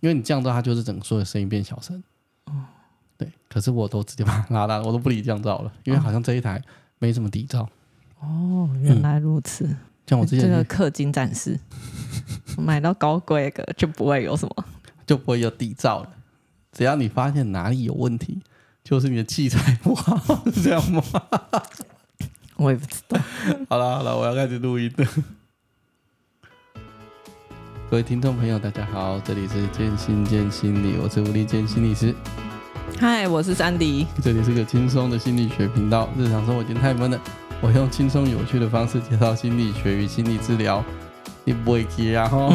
因为你降噪，它就是整个所有声音变小声。对，可是我都直接把它拉大，我都不理降噪了，因为好像这一台没什么底噪。哦，原来如此。像嗯我之这前个去氪金战士 买到高规格就不会有什么。就不会有底噪了，只要你发现哪里有问题，就是你的器材不好，是这样吗？ 我也不知道。好了好了，我要开始录音了。各位听众朋友，大家好，这里是见心见心理，我是吴立健心理师，嗨，我是珊迪。这里是个轻松的心理学频道。日常生活已经太闷了，我用轻松有趣的方式介绍心理学与心理治疗。你不会急啊吼，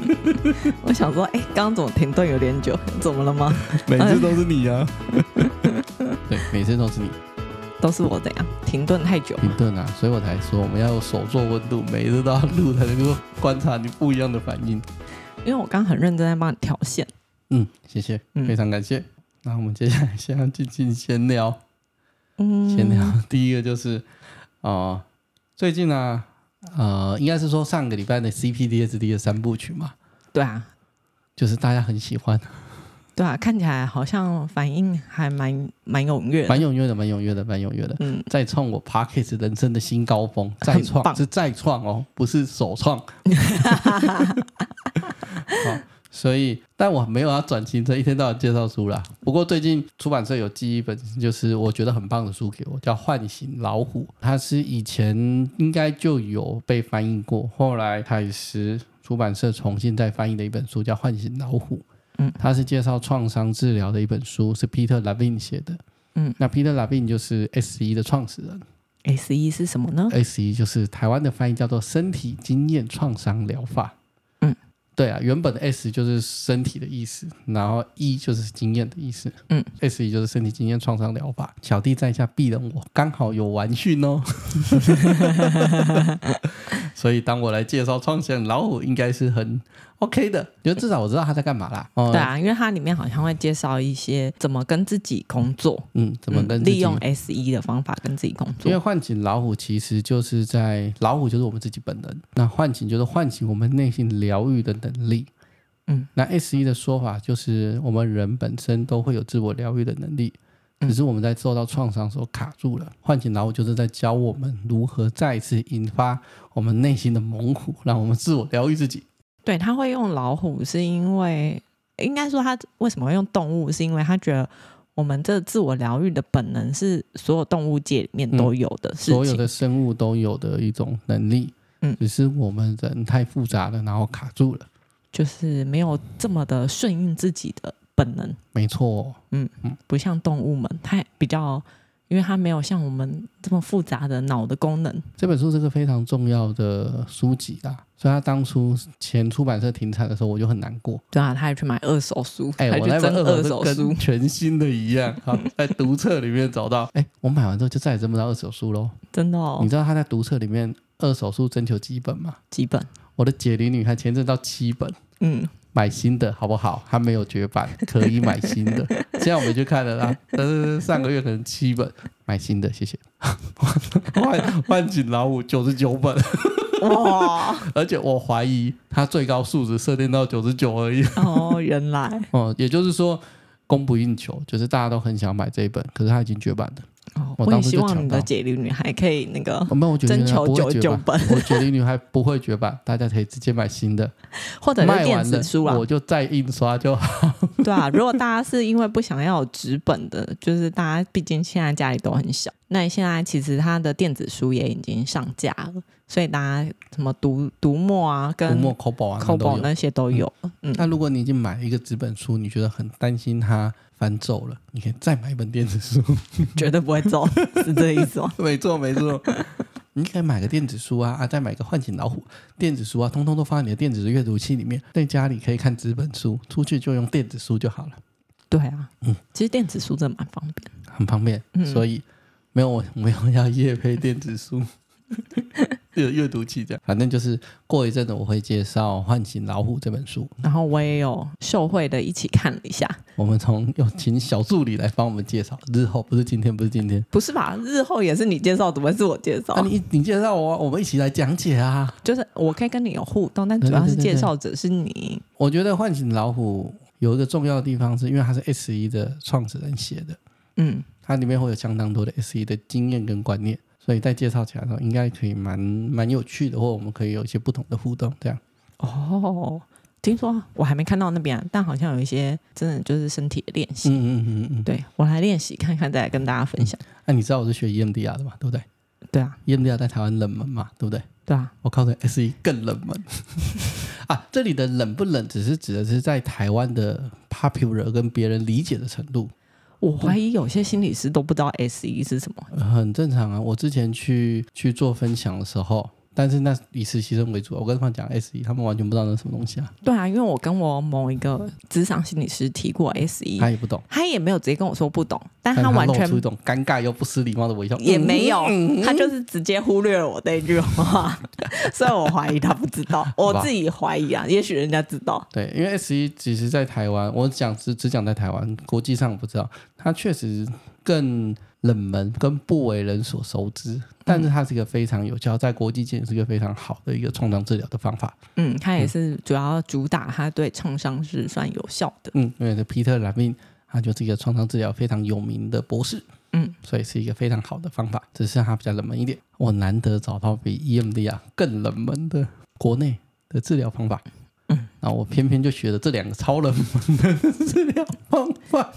我想说，哎、刚刚怎么停顿有点久？怎么了吗？ 每次都是你啊， 对，每次都是你都是我怎样停顿太久？停顿啊，所以我才说我们要有手做温度，每一次都要录才能够观察你不一样的反应。因为我刚刚很认真在帮你调线。嗯，谢谢，嗯非常感谢。那我们接下来先要进行闲聊，嗯，闲聊、第一个就是，呃，最近呢、呃，应该是说上个礼拜的 CPDSD 的三部曲嘛，对啊，就是大家很喜欢，对啊，看起来好像反应还蛮蛮踊跃的。蛮踊跃的，蛮踊跃的，蛮踊跃的，嗯，再创我 Parkes 人生的新高峰，再很创棒是再创哦，不是首 创。好，所以但我没有要转型成一天到晚介绍书啦。不过最近出版社有寄一本，就是我觉得很棒的书给我，叫《唤醒老虎》，它是以前应该就有被翻译过，后来海石出版社重新再翻译的一本书，叫《唤醒老虎》。嗯它是介绍创伤治疗的一本书，是 Peter Levine 写的。嗯，那 Peter Levine 就是 S E 一的创始人。 S 一是什么呢？ S 一就是台湾的翻译叫做身体经验创伤疗法。嗯，对啊，原本的 S 就是身体的意思，然后一就是经验的意思。嗯，S 一就是身体经验创伤疗法。小弟在下鄙人我，刚好有完训 哦。所以当我来介绍创显老虎，应该是很 OK 的，因为至少我知道他在干嘛啦。哦、对，啊，因为它里面好像会介绍一些怎么跟自己工作，嗯，怎么跟嗯自己利用 S 一的方法跟自己工因为作。唤醒老虎其实就是在老虎就是我们自己本人，那唤醒就是唤醒我们内心疗愈的能力。嗯，那 S 一的说法就是我们人本身都会有自我疗愈的能力，嗯只是我们在受到创伤的时候卡住了。唤醒老虎就是在教我们如何再次引发我们内心的猛虎，让我们自我疗愈自己。对，他会用老虎，是因为应该说他为什么会用动物，是因为他觉得我们这自我疗愈的本能是所有动物界里面都有的事嗯情。所有的生物都有的一种能力，嗯只是我们人太复杂了，然后卡住了。就是没有这么的顺应自己的本能，没错哦、不像动物们，它比较，因为它没有像我们这么复杂的脑的功能。这本书是个非常重要的书籍啦，所以他当初前出版社停产的时候，我就很难过。对啊，他还去买二手书，哎、还我去那本争二手手是书跟。全新的一样，好，在读册里面找到。哎、我买完之后就再也挣不到二手书喽。真的哦你，知道他在读册里面二手书征求几本吗？几本？我的解离女孩前阵到七本，嗯，买新的好不好？它没有绝版，可以买新的。现在我没去看了啦，但是上个月可能七本，买新的，谢谢。 万万锦老虎九十九本。哇，而且我怀疑它最高数值设定到九十九而已。 哦，原来 哦，也就是说供不应求，就是大家都很想买这一本，可是它已经绝版了。哦， 我我也当时希就望抢你到的解离女孩可以那个，哦、没有，我觉得征求不会绝99版。我觉得女孩不会绝版，大家可以直接买新 的，或者是卖电完了子书啦，我就再印刷就好。 对啊。如果大家是因为不想要有纸本的，就是大家毕竟现在家里都很小，那现在其实它的电子书也已经上架了，所以大家什么读读墨啊，读跟墨口宝啊，那都 Kobo 有。那些都有。嗯，那如果你已经买了一个纸本书，你觉得很担心它翻皱了，你可以再买一本电子书。 绝对不会 走，是这意思吗？没错，没错。 你可以买个电子书啊啊，再买个唤醒老虎电子书啊，通通都放在你的电子阅读器里面，在家里可以看纸本书，出去就用电子书就好了，对啊，嗯其实电子书真的蛮方便。很方便。嗯所以没有我没有要夜配电子书，阅阅读器这样。反正就是过一阵子我会介绍《唤醒老虎》这本书。然后我也有受惠的一起看了一下，我们从有请小助理来帮我们介绍，日后不是今天，不是今天。不是吧？日后也是你介绍，怎么会是我介绍？啊，你你介绍我啊，我们一起来讲解啊。就是我可以跟你有互动，但主要是介绍者是你。我觉得《唤醒老虎》有一个重要的地方，是因为它是 S 一的创始人写的，嗯，它里面会有相当多的 S E 一的经验跟观念，所以在介绍起来的时候，应该可以蛮蛮有趣的，或我们可以有一些不同的互动。这样，哦，听说我还没看到那边啊、但好像有一些真的就是身体的练习。嗯嗯嗯嗯。对我来练习看看，再来跟大家分享。那、你知道我是学 E EMDR 的嘛？对不嗯？E 对对啊， ？EMDR 在台湾冷门嘛？对不对？对啊，我告诉你，S 一更冷门 啊！这里的冷不冷，只是指的是在台湾的 popular 跟别人理解的程度，我怀疑有些心理师都不知道 S E 是什么。呃很正常啊。我之前去去做分享的时候，但是那以实习生为主啊，我跟他们讲 S 一，他们完全不知道那是什么东西啊，对啊，因为我跟我某一个职场心理师提过 S E，他也不懂。他也没有直接跟我说不懂，但但他他完全露出一种尴尬又不失礼貌的微笑，嗯也没有。有， 他就是直接忽略了我那 句话，所以我怀疑他不知道，我自己怀疑啊，也许人家知道。对，因为 S 一其实在台湾，我讲只只讲在台湾，国际上我不知道，它确实更冷门，跟不为人所熟知，但嗯是它是一个非常有效，在国际间也是一个非常好的一个创伤治疗的方法。嗯，他也是主要主打他对创伤是算有效的。嗯，因为这皮特·兰宾他就是一个创伤治疗非常有名的博士，嗯，所以是一个非常好的方法，只是它比较冷门一点。我难得找到比 EMD 啊更冷门的国内的治疗方法，嗯，那我偏偏就学了这两个超冷门的治疗方法。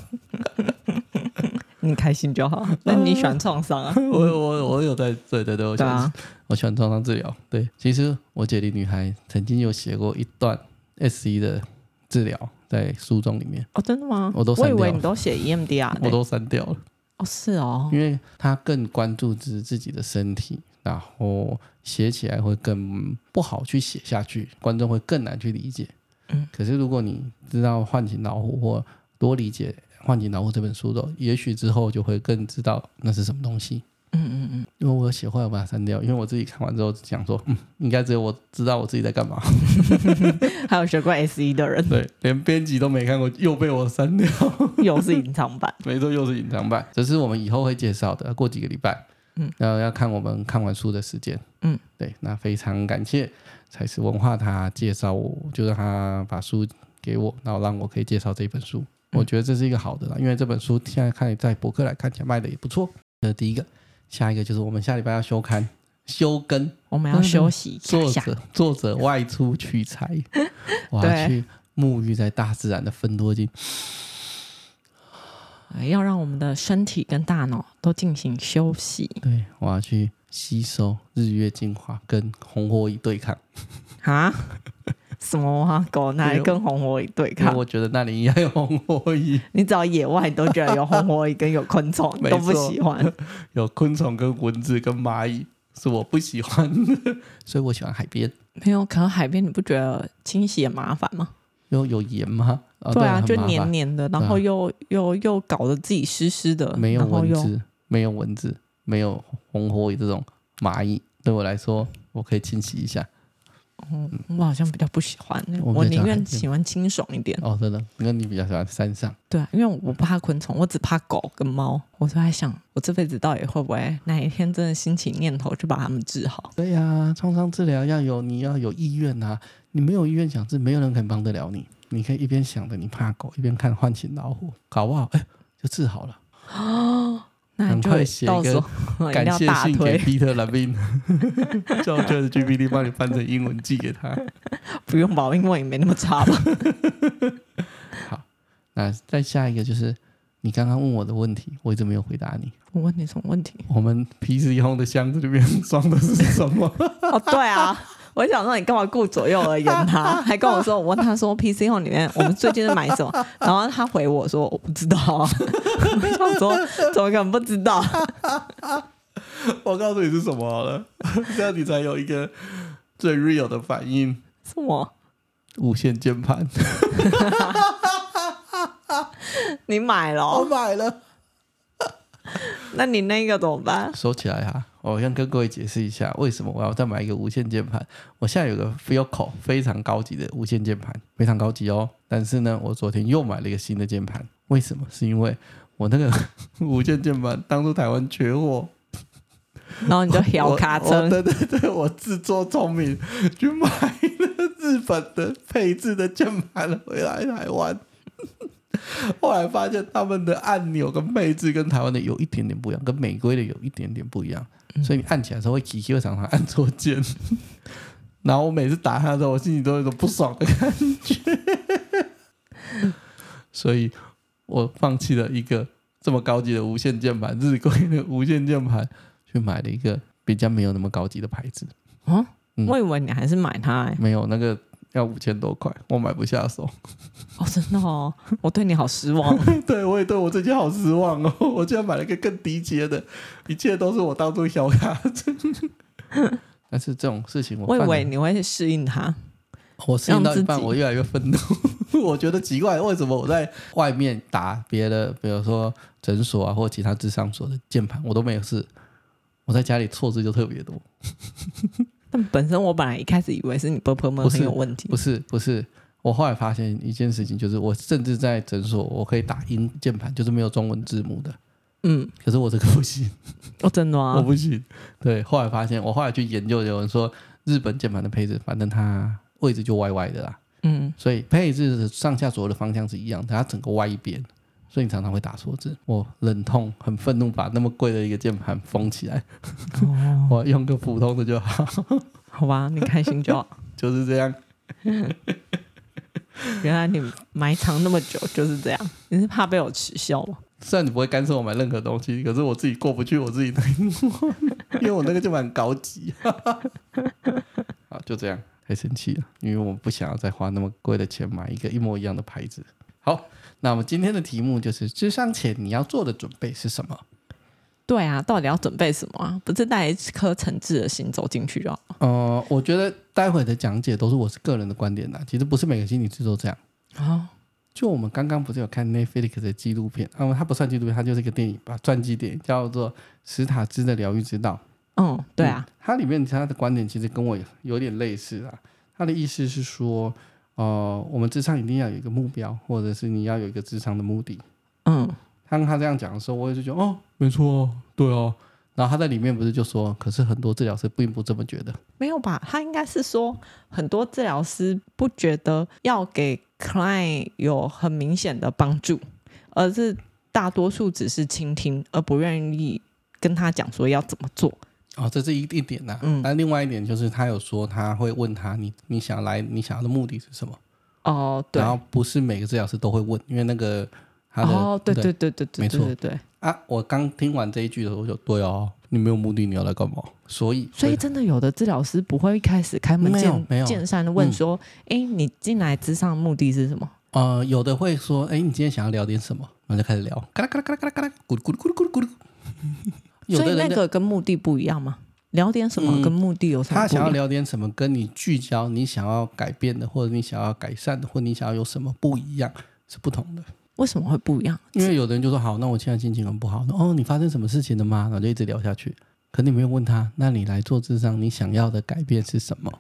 你开心就好， 那你喜欢创伤啊？ 我我我有在，对对对，我喜对欢、啊，我喜欢创伤治疗。对，其实我姐弟女孩曾经有写过一段 S E 的治疗，在书中里面哦，真的吗？我都删我以掉为你都写 E EMDR，的我都删掉了，啊哦是哦，因为她更关注自自己的身体，然后写起来会更不好去写下去，观众会更难去理解。嗯，可是如果你知道《唤醒老虎》或多理解《唤醒老虎》这本书的时候，也许之后就会更知道那是什么东西。嗯嗯嗯，因为我有写坏，我把它删掉，因为我自己看完之后想说，嗯，应该只有我知道我自己在干嘛。嗯还有学过 SE 的人对，连编辑都没看过，又被我删掉，又是隐 藏版，没错，又是隐藏版。这是我们以后会介绍的，过几个礼拜，嗯，要要看我们看完书的时间，嗯，对，那非常感谢才是文化他介绍我，就让他把书给我，然后让我可以介绍这本书。我觉得这是一个好的啦，因为这本书现在看在博客来看起来卖的也不错。这是第一个，下一个就是我们下礼拜要休刊、休更。我们要休息一作下。者作者外出取材， 我要对去沐浴在大自然的芬多精。呃要让我们的身体跟大脑都进行休息对，我要去吸收日月精华，跟红火蚁对抗。啊！ 什么啊，狗拿来跟红火蚁对因为抗？我觉得那里应该有红火蚁，你只要野外，你都觉得有红火蚁跟有昆虫 没都不错喜欢。有昆虫、跟蚊子、跟蚂蚁，是我不喜欢的， 所以我喜欢海边。没有，可能海边你不觉得清洗也麻烦吗？因为有盐吗？哦、对啊，很就麻烦啊黏黏的，然后又、又又搞得自己湿湿的，没有然后蚊又子，没有蚊子，没有红火蚁这种蚂蚁，对我来说，我可以清洗一下。我好像比较不喜欢，我我比较喜欢宁海愿边喜欢清爽一点。哦，真的，那你比较喜欢山上？对啊，因为我不怕昆虫，我只怕狗跟猫。我都在想，我这辈子到底会不会哪一天真的兴起念头去把它们治好？对呀、创伤治疗要有你要有意愿呐、你没有意愿想治，没有人肯帮得了你。你可以一边想着你怕狗，一边看唤醒老虎，搞不好哎就治好了。那你就赶快写一个到时候 一定 感要谢大信给 推，彼特·兰宾， 叫 Chat GPT 帮你翻成英文寄给他。 不用吧，我英文也没那么差吧？ 那再下一个就是你刚刚问我的问题， 我一直没有回答你。我问你什么问题？我们 PC Home 的箱子里面装的是什么？ 哦，对啊， 我想说你干嘛顾左右而言 他，还跟我说，我问他说 PC 后里面我们最近在买什么， 然后他回我说我不知道啊， 我想说怎么可能不知道？我告诉你是什么好了， 这样你才有一个最 real 的反应。什么？无线键 盘，你买了我哦、买了。那你那个怎么办？收起来啊！我先跟各位解释一下，为什么我要再买一个无线键盘。我现在有个 Filco 非常高级的无线键盘，非常高级哦。但是呢，我昨天又买了一个新的键盘，为什么？是因为我那个 无线键盘当初台湾缺货，然后你就摇卡我我车，对对对，我自作聪明去买了日本的配置的键盘回来台湾。后来发现他们的按钮跟配置跟台湾的有一点点不一样，跟美规的有一点点不一样，嗯所以你按起来的时候会奇奇，会常常按错键。然后我每次打它的时候，我心里都有一种不爽的感觉，所以我放弃了一个这么高级的无线键盘，日规的无线键盘，去买了一个比较没有那么高级的牌子，哦，嗯我以为你还是买它、欸，没有那个要五千多块，我买不下手。哦，真的哦，我对你好失 望。 对我也对我最近好失望哦，我竟然买了一个更低阶的，一切都是我当初小卡。 但是这种事情我我以犯了为你会适应它，我适应到一让半，自己我越来越愤怒。 我觉得奇怪，为什么我在外面打别的，比如说诊所啊，或其他智商所的键盘，我都没有事，我在家里错字就特别多。但本身我本来一开始以为是你不 purple m 是很有问题不，是不是，我后来发现一件事情，就是我甚至在诊所我可以打英键盘，就是没有中文字幕的，嗯，可是我这个不行，哦，真的我啊，不行。对，后来发现，我后来去研究，有人说日本键盘的配置，反正它位置就歪歪的啦，嗯，所以配置的上下左右的方向是一样的，它整个歪一边。所以你常常会打错字，我忍痛很愤怒，把那么贵的一个键盘封起来，哦， 我用个普通的就好。好吧，你开心就好。就是这样，原来你埋藏那么久就是这样，你是怕被我耻笑吗？虽然你不会干涉我买任何东西，可是我自己过不去我自己的 关，因为我那个就蛮高级。 好，就这样，太生气了，因为我不想要再花那么贵的钱买一个一模一样的牌子。好，那我们今天的题目就是智商前你要做的准备是什么？对啊，到底要准备什么啊？不是带一颗诚挚的心走进去就好了呃，我觉得待会的讲解都是我是个人的观点啦，其实不是每个心理师都这样。啊？就我们刚刚不是有看 Netflix 的纪录片，啊，它不算纪录片，它就是一个电影吧，传记电影，叫做《史塔兹的疗愈之道》。嗯，对啊，嗯它里面他的观点其实跟我有点类似啊。他的意思是说，呃，我们智商一定要有一个目标，或者是你要有一个智商的目的。嗯，当他这样讲的时候，我也是觉得哦，没错哦，对哦。然后他在里面不是就说，可是很多治疗师并不这么觉得。没有吧？他应该是说，很多治疗师不觉得要给 client 有很明显的帮助，而是大多数只是倾听，而不愿意跟他讲说要怎么做。哦，这是一一点呐、嗯但另外一点就是，他有说他会问他你你想来你想要的目的是什么，哦，对然，后不是每个治疗师都会问，因为那个他的哦，对对对对对没错对对对，啊，我刚听完这一句的时候，我就对哦，你没有目的，你要来干嘛？所以，所以真的有的治疗师不会一开始开门没有没有嗯见见山的问说，哎、你进来咨商的目的是什么？呃，有的会说，哎，你今天想要聊点什么？然后就开始聊，咔啦咔啦咔啦咔啦咔啦，咕噜咕噜咕噜咕噜咕 噜。有所以的那人就个跟目的不一样吗？聊点什么嗯跟目的有什么他不一想要样？聊点什么，跟你聚焦你想要改变的，或者你想要改善的，或者你想要有什么不一样，是不同的。为什么会不一样？因为有的人就说，好，那我现在心情很不好，哦，你发生什么事情了吗？然后就一直聊下去。可你没有问他，那你来做智商，你想要的改变是什么？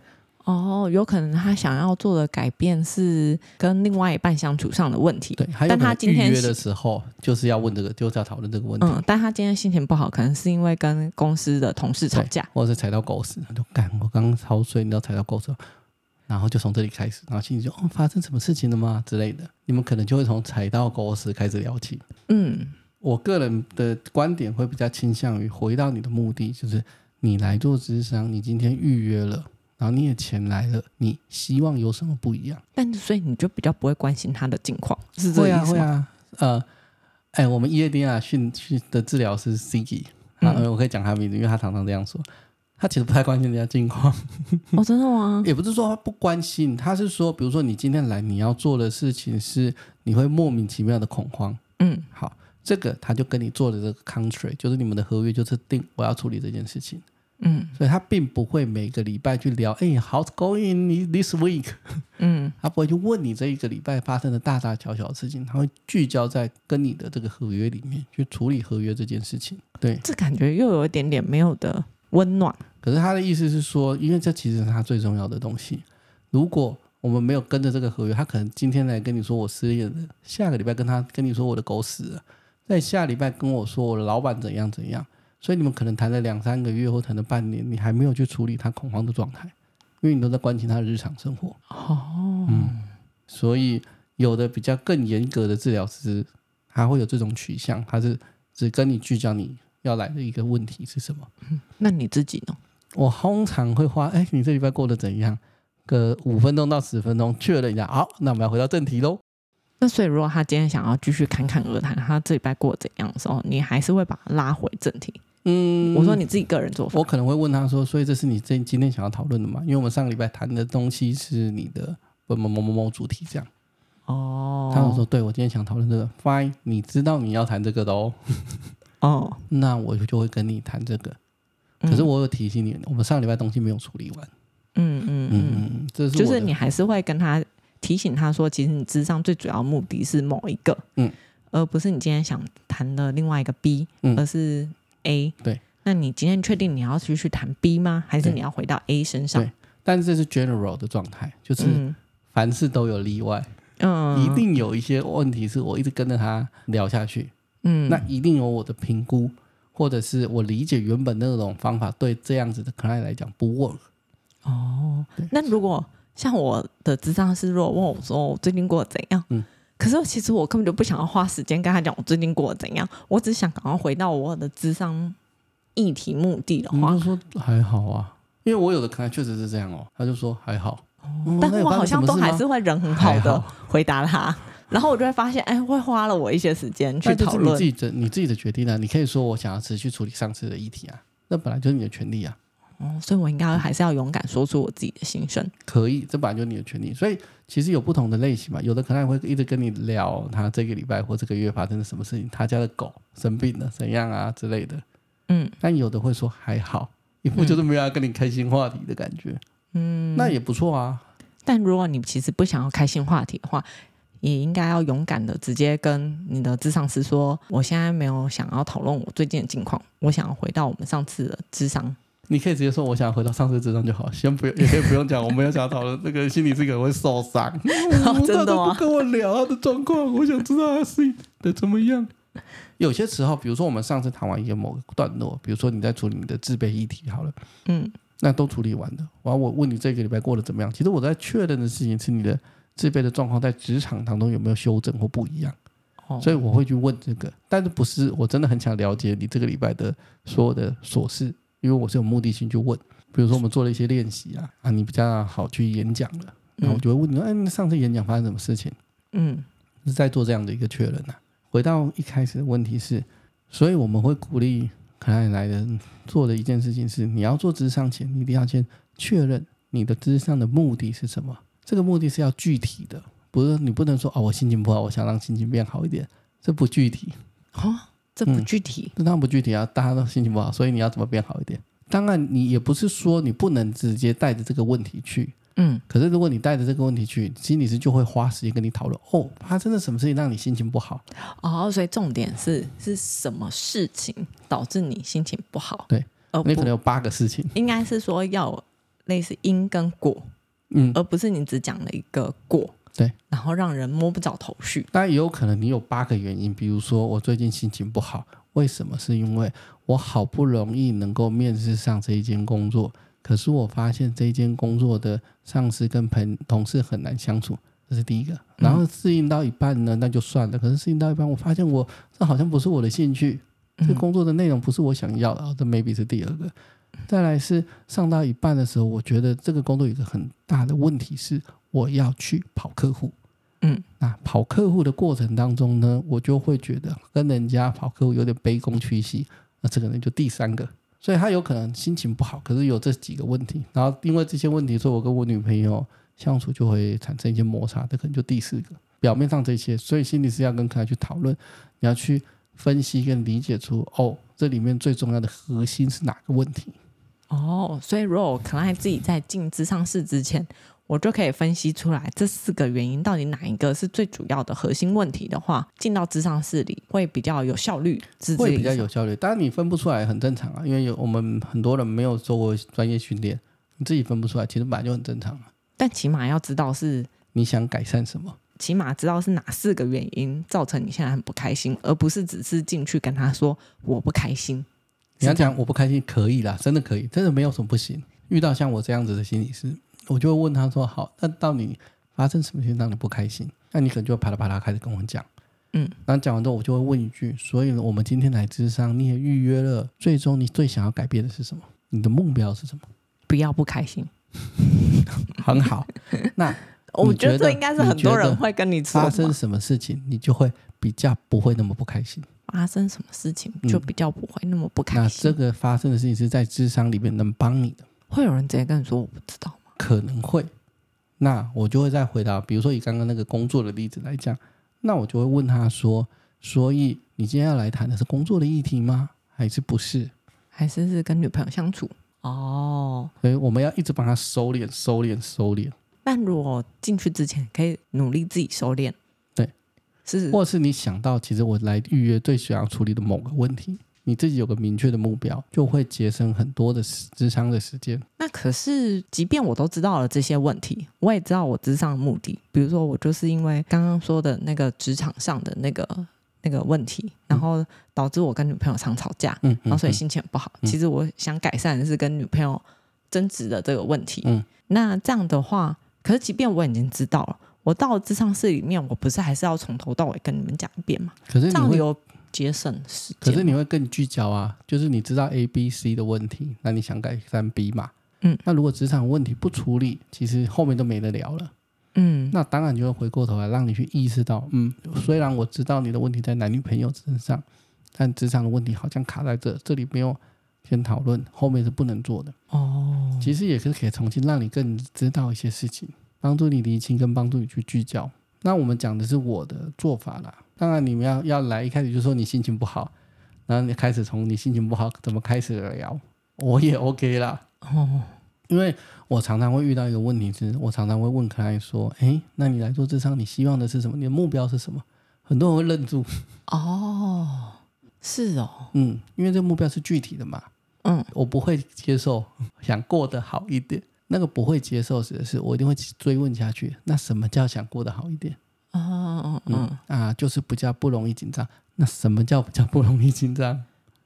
哦，有可能他想要做的改变是跟另外一半相处上的问题。对，还有但可他能今预天约是的时候就是要问这个，就是要讨论这个问题，嗯，但他今天心情不好，可能是因为跟公司的同事吵对架。或者是踩到狗屎，就干我刚刚超睡，你知道踩到狗屎，然后就从这里开始，然后心里就哦发生什么事情了吗之类的，你们可能就会从踩到狗屎开始聊起。嗯，我个人的观点会比较倾向于回到你的目的，就是你来做智商，你今天预约了，然后你也前来了，你希望有什么不一样？但所以你就比较不会关心他的近况，是这个会啊意思会吗？啊，呃，哎，我们夜店啊训训的治疗师 c i g i 啊，嗯我可以讲他名字，因为他常常这样说。他其实不太关心人家近 况，哦，真的吗？也不是说他不关心，他是说，比如说你今天来，你要做的事情是你会莫名其妙的恐慌。嗯，好，这个他就跟你做的这个 contract，就是你们的合约就是定我要处理这件事情，嗯所以他并不会每个礼拜去聊，哎、h o w s going this week？嗯，他不会去问你这一个礼拜发生的大大小小的事情，他会聚焦在跟你的这个合约里面去处理合约这件事情。对，这感觉又有一点点没有的温暖。可是他的意思是说，因为这其实是他最重要的东西。如果我们没有跟着这个合约，他可能今天来跟你说我失业了，下个礼拜跟他跟你说我的狗死了，在下礼拜跟我说我的老板怎样怎样。所以你们可能谈了两三个月或谈了半年，你还没有去处理他恐慌的状态，因为你都在关心他的日常生活。嗯哦，所以有的比较更严格的治疗师，他会有这种取向，他是只跟你聚焦你要来的一个问题是什么。那你自己呢？我通常会花，哎，你这礼拜过得怎样？个五分钟到十分钟确认一下。好，那我们要回到正题喽。那所以，如果他今天想要继续侃侃而谈，他这礼拜过得怎样的时候，你还是会把他拉回正题。嗯，我说你自己个人做法我，可能会问他说，所以这是你这今天想要讨论的吗？因为我们上个礼拜谈的东西是你的某某某某某主题这样。哦，他跟我说，对我今天想讨论这个，fine，你知道你要谈这个的哦，哦，那我就会跟你谈这个。嗯可是，我有提醒你，我们上个礼拜东西没有处理完。嗯嗯嗯，嗯，嗯这是我就的是你还是会跟他提醒他说，其实你智商最主要目的是某一个，嗯，而不是你今天想谈的另外一个 B，、嗯而是 A。对，那你今天确定你要继续谈 B 吗？还是对你要回到 A 身上？对但是这是 general 的状态，就是嗯凡事都有例外，嗯，一定有一些问题是我一直跟着他聊下去，嗯，那一定有我的评估，或者是我理解原本那种方法对这样子的 client 来讲不 work。哦，那如果像我的智商师，如果问我说我最近过得怎样，嗯可是其实我根本就不想要花时间跟他讲我最近过得怎样，我只想赶快回到我的智商议题目的的我话，们就说还好啊，因为我有的 client 确实是这样哦，他就说还好，嗯哦但那有我发生好像什都么事吗还是会人很好还的好回答他，然后我就会发现，哎，会花了我一些时间去那就讨是你论自。己的你自己的决定啊，你可以说我想要持续处理上次的议题啊，那本来就是你的权利啊。哦，所以我应该还是要勇敢说出我自己的心声。可以，这本来就是你的权利。所以其实有不同的类型嘛，有的可能会一直跟你聊他这个礼拜或这个月发生了什么事情，他家的狗生病了怎样啊之类的。嗯但有的会说还好，一副就是没有要跟你开心话题的感觉，嗯，那也不错啊。但如果你其实不想要开新话题的话，也应该要勇敢的直接跟你的智商师说，我现在没有想要讨论我最近的近况，我想要回到我们上次的智商。你可以直接说我想回到上次智商就好，先不用，也可以不用讲，我没有想要讨论这个心理这个会受 伤，我哦真的不吗跟我聊他的状况，我想知道他是的怎么样。有些时候，比如说我们上次谈完一个某个段落，比如说你在处理你的自卑议题好了。嗯那都处理完的。然后我问你这个礼拜过得怎么样？其实我在确认的事情是你的自卑的状况在职场当中有没有修正或不一样，哦所以我会去问这个。但是不是我真的很想了解你这个礼拜的所有的琐事，因为我是有目的性去问。比如说我们做了一些练习啊，啊，你比较好去演讲了，那我就会问你说，哎，你上次演讲发生什么事情？嗯是在做这样的一个确认啊。回到一开始的问题是，所以我们会鼓励可爱来人做的一件事情是，你要做智商前，你一定要先确认你的智商的目的是什么。这个目的是要具体的，不是你不能说哦，我心情不好，我想让心情变好一点，这不具体，哦，这不具体。这当然不具体啊。大家都心情不好，所以你要怎么变好一点？当然，你也不是说你不能直接带着这个问题去，嗯可是如果你带着这个问题去，心理师就会花时间跟你讨论哦，发生了什么事情让你心情不好。哦，所以重点是是什么事情导致你心情不好？对，而你可能不有八个事情，应该是说要有类似因跟果，嗯，而不是你只讲了一个果，对，然后让人摸不着头绪。当然也有可能你有八个原因，比如说我最近心情不好，为什么？是因为我好不容易能够面试上这一间工作，可是我发现这一间工作的上司跟朋同事很难相处，这是第一个。然后适应到一半呢，那就算了。可是适应到一半，我发现我这好像不是我的兴趣，嗯这工作的内容不是我想要的，哦这 maybe 是第二个。再来是上到一半的时候，我觉得这个工作有一个很大的问题是，我要去跑客户。嗯，那跑客户的过程当中呢，我就会觉得跟人家跑客户有点卑躬屈膝，那这个人就第三个，所以他有可能心情不好，可是有这几个问题，然后因为这些问题，所以我跟我女朋友相处就会产生一些摩擦，这可能就第四个。表面上这些，所以心理师要跟客人去讨论，你要去分析跟理解出哦，这里面最重要的核心是哪个问题。哦，所以如果我可能还自己在进智商室之前，我就可以分析出来这四个原因到底哪一个是最主要的核心问题的话，进到智商室里会比较有效率，是这个会意比较思有效率。当然你分不出来很正常啊，因为有我们很多人没有受过专业训练，你自己分不出来，其实本来就很正常啊。但起码要知道是，你想改善什么？起码知道是哪四个原因造成你现在很不开心，而不是只是进去跟他说我不开心。你要是这样讲我不开心可以啦，真的可以，真的没有什么不行。遇到像我这样子的心理师，我就会问他说：“好，那到底发生什么事情让你不开心？”那你可能就啪啦啪啦开始跟我讲。嗯，然后讲完之后，我就会问一句：“所以我们今天来智商，你也预约了，最终你最想要改变的是什么？你的目标是什么不要不开心。？”很 好，那我你觉得得这应该是很你觉多人得会跟你说发吧生什么事情，你就会比较不会那么不开心。发生什么事情，就比较不会那么不开那心。这个发生的事情是在智商里面能帮你的，会有人直接跟你说我不知道吗？可能会。那我就会再回答，比如说以刚刚那个工作的例子来讲，那我就会问他说：“所以你今天要来谈的是工作的议题吗？还是不是还是是跟女朋友相处？哦，？”所以我们要一直帮他收敛、收敛、收敛，但如果进去之前可以努力自己收敛，对，是或是你想到，其实我来预约最想要处理的某个问题，你自己有个明确的目标，就会节省很多的时智商的时间。那可是，即便我都知道了这些问题，我也知道我智商的目的。比如说，我就是因为刚刚说的那个职场上的那个那个问题，然后导致我跟女朋友常吵架，嗯，然后哦所以嗯心情很不好。嗯其实我想改善的是跟女朋友争执的这个问题。嗯，那这样的话，可是即便我已经知道了，我到了智商室里面，我不是还是要从头到尾跟你们讲一遍吗？可是这你样会有节省时可是间。你会更聚焦啊，就是你知道 A、B、C 的问题，那你想改善 B 嘛？嗯，那如果职场问题不处理，其实后面都没得聊了。嗯，那当然就会回过头来让你去意识到，嗯，虽然我知道你的问题在男女朋友身上，但职场的问题好像卡在这，这里没有先讨论，后面是不能做的。哦，其实也是可以重新让你更知道一些事情，帮助你厘清跟帮助你去聚焦。那我们讲的是我的做法啦，当然你们要要来一开始就说你心情不好，然后你开始从你心情不好怎么开始聊，我也 OK 啦。哦，因为我常常会遇到一个问题是，我常常会问可爱说：“诶，那你来做智商，你希望的是什么？你的目标是什么？”很多人会愣住，哦，是哦。嗯，因为这目标是具体的嘛，嗯，我不会接受，想过得好一点。那个不会接受指的是，我一定会追问下去。那什么叫想过得好一点？哦，嗯嗯啊，就是比较不容易紧张。那什么叫比较不容易紧张？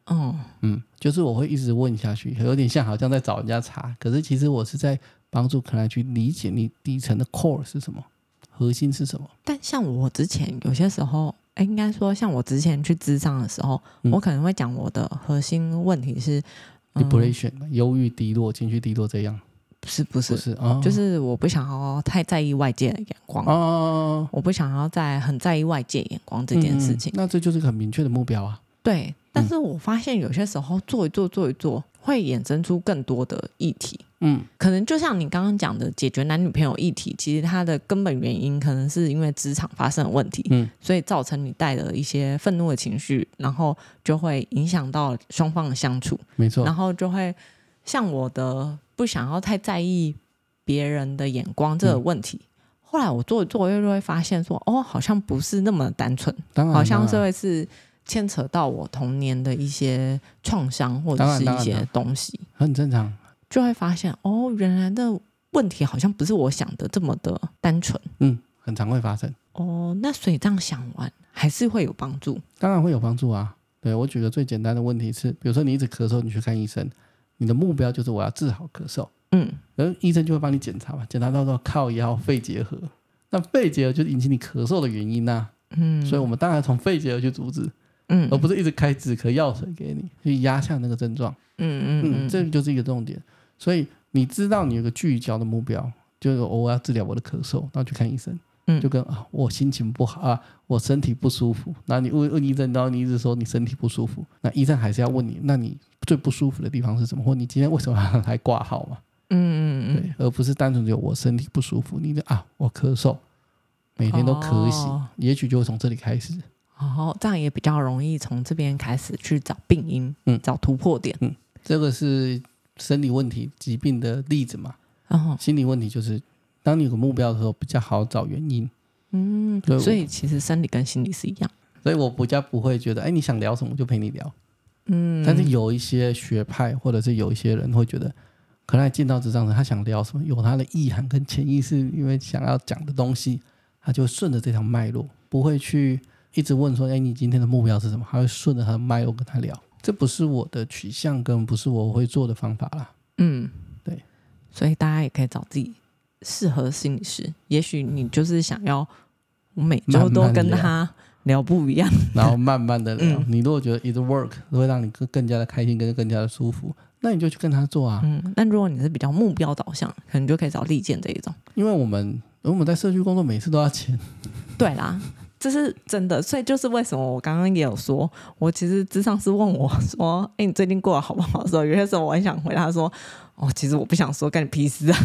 嗯嗯，就是我会一直问下去，有点像好像在找人家茬，可是其实我是在帮助客人去理解你底层的 core 是什么，核心是什么。但像我之前有些时候，哎，应该说像我之前去咨商的时候，嗯我可能会讲我的核心问题是，嗯 depression、忧郁、低落、情绪低落这样，不是不不是，是啊？哦就是我不想要太在意外界的眼光，哦，我不想要在很在意外界眼光这件事情。嗯嗯那这就是一个很明确的目标啊。对，但是我发现有些时候做一做做一做，会衍生出更多的议题。嗯，可能就像你刚刚讲的，解决男女朋友议题，其实它的根本原因可能是因为职场发生的问题，嗯，所以造成你带了一些愤怒的情绪，然后就会影响到双方的相处，没错然。后就会像我的不想要太在意别人的眼光这个问题。后来我做着做着就会发现说，哦，好像不是那么单纯，当然，好像当是然会是牵扯到我童年的一些创伤或当然者是当然当一些然东西。很正常。就会发现哦，原来的问题好像不是我想的这么的单纯嗯，很常会发生，哦。那所以这样想完还是会有帮助当然会有帮助啊。对我举个最简单的问题是，比如说你一直咳嗽，你去看医生，你的目标就是我要治好咳嗽，嗯，然后医生就会帮你检查嘛，检查到说靠腰肺结核，那肺结核就是引起你咳嗽的原因呐、嗯所以我们当然从肺结核去阻止，嗯而不是一直开止咳药水给你去压下那个症状。嗯嗯，嗯这就是一个重点。所以你知道你有个聚焦的目标，就是我要治疗我的咳嗽，然后去看医生。嗯就跟啊，我心情不好啊，我身体不舒服。那你问问医生，然后你一直说你身体不舒服，那医生还是要问你，那你最不舒服的地方是什么？或你今天为什么要来挂号嘛？嗯嗯对，而不是单纯只有我身体不舒服，你就啊，我咳嗽，每天都咳醒，哦也许就会从这里开始。嗯，哦，这样也比较容易从这边开始去找病因，嗯找突破点，这个是生理问题、疾病的例子嘛？然后心理问题就是当你有个目标的时候，比较好找原因。嗯对，所以其实生理跟心理是一样。所以我比较不会觉得，哎，你想聊什么就陪你聊。嗯，但是有一些学派，或者是有一些人会觉得，可能他进到职场时，他想聊什么，有他的意涵跟潜意识，因为想要讲的东西，他就顺着这条脉络，不会去一直问说，哎，你今天的目标是什么？他会顺着他的脉络跟他聊。这不是我的取向，跟不是我会做的方法啦。嗯，对，所以大家也可以找自己适合的心理师。也许你就是想要我每周慢啊都慢跟聊他聊不一样。然后慢慢的聊，嗯你如果觉得 it work 会让你更更加的开心，跟更加的舒服，那你就去跟他做啊。嗯，但如果你是比较目标导向，可能就可以找利剑这一种。因为我们我们在社区工作，每次都要钱，对啦， 这是真的，所以就是为什么我刚刚也有说，我其实智商是问我说：“哎、你最近过得好不好？”的时候，有些时候我很想回答说：“哦，其实我不想说，干你屁事 啊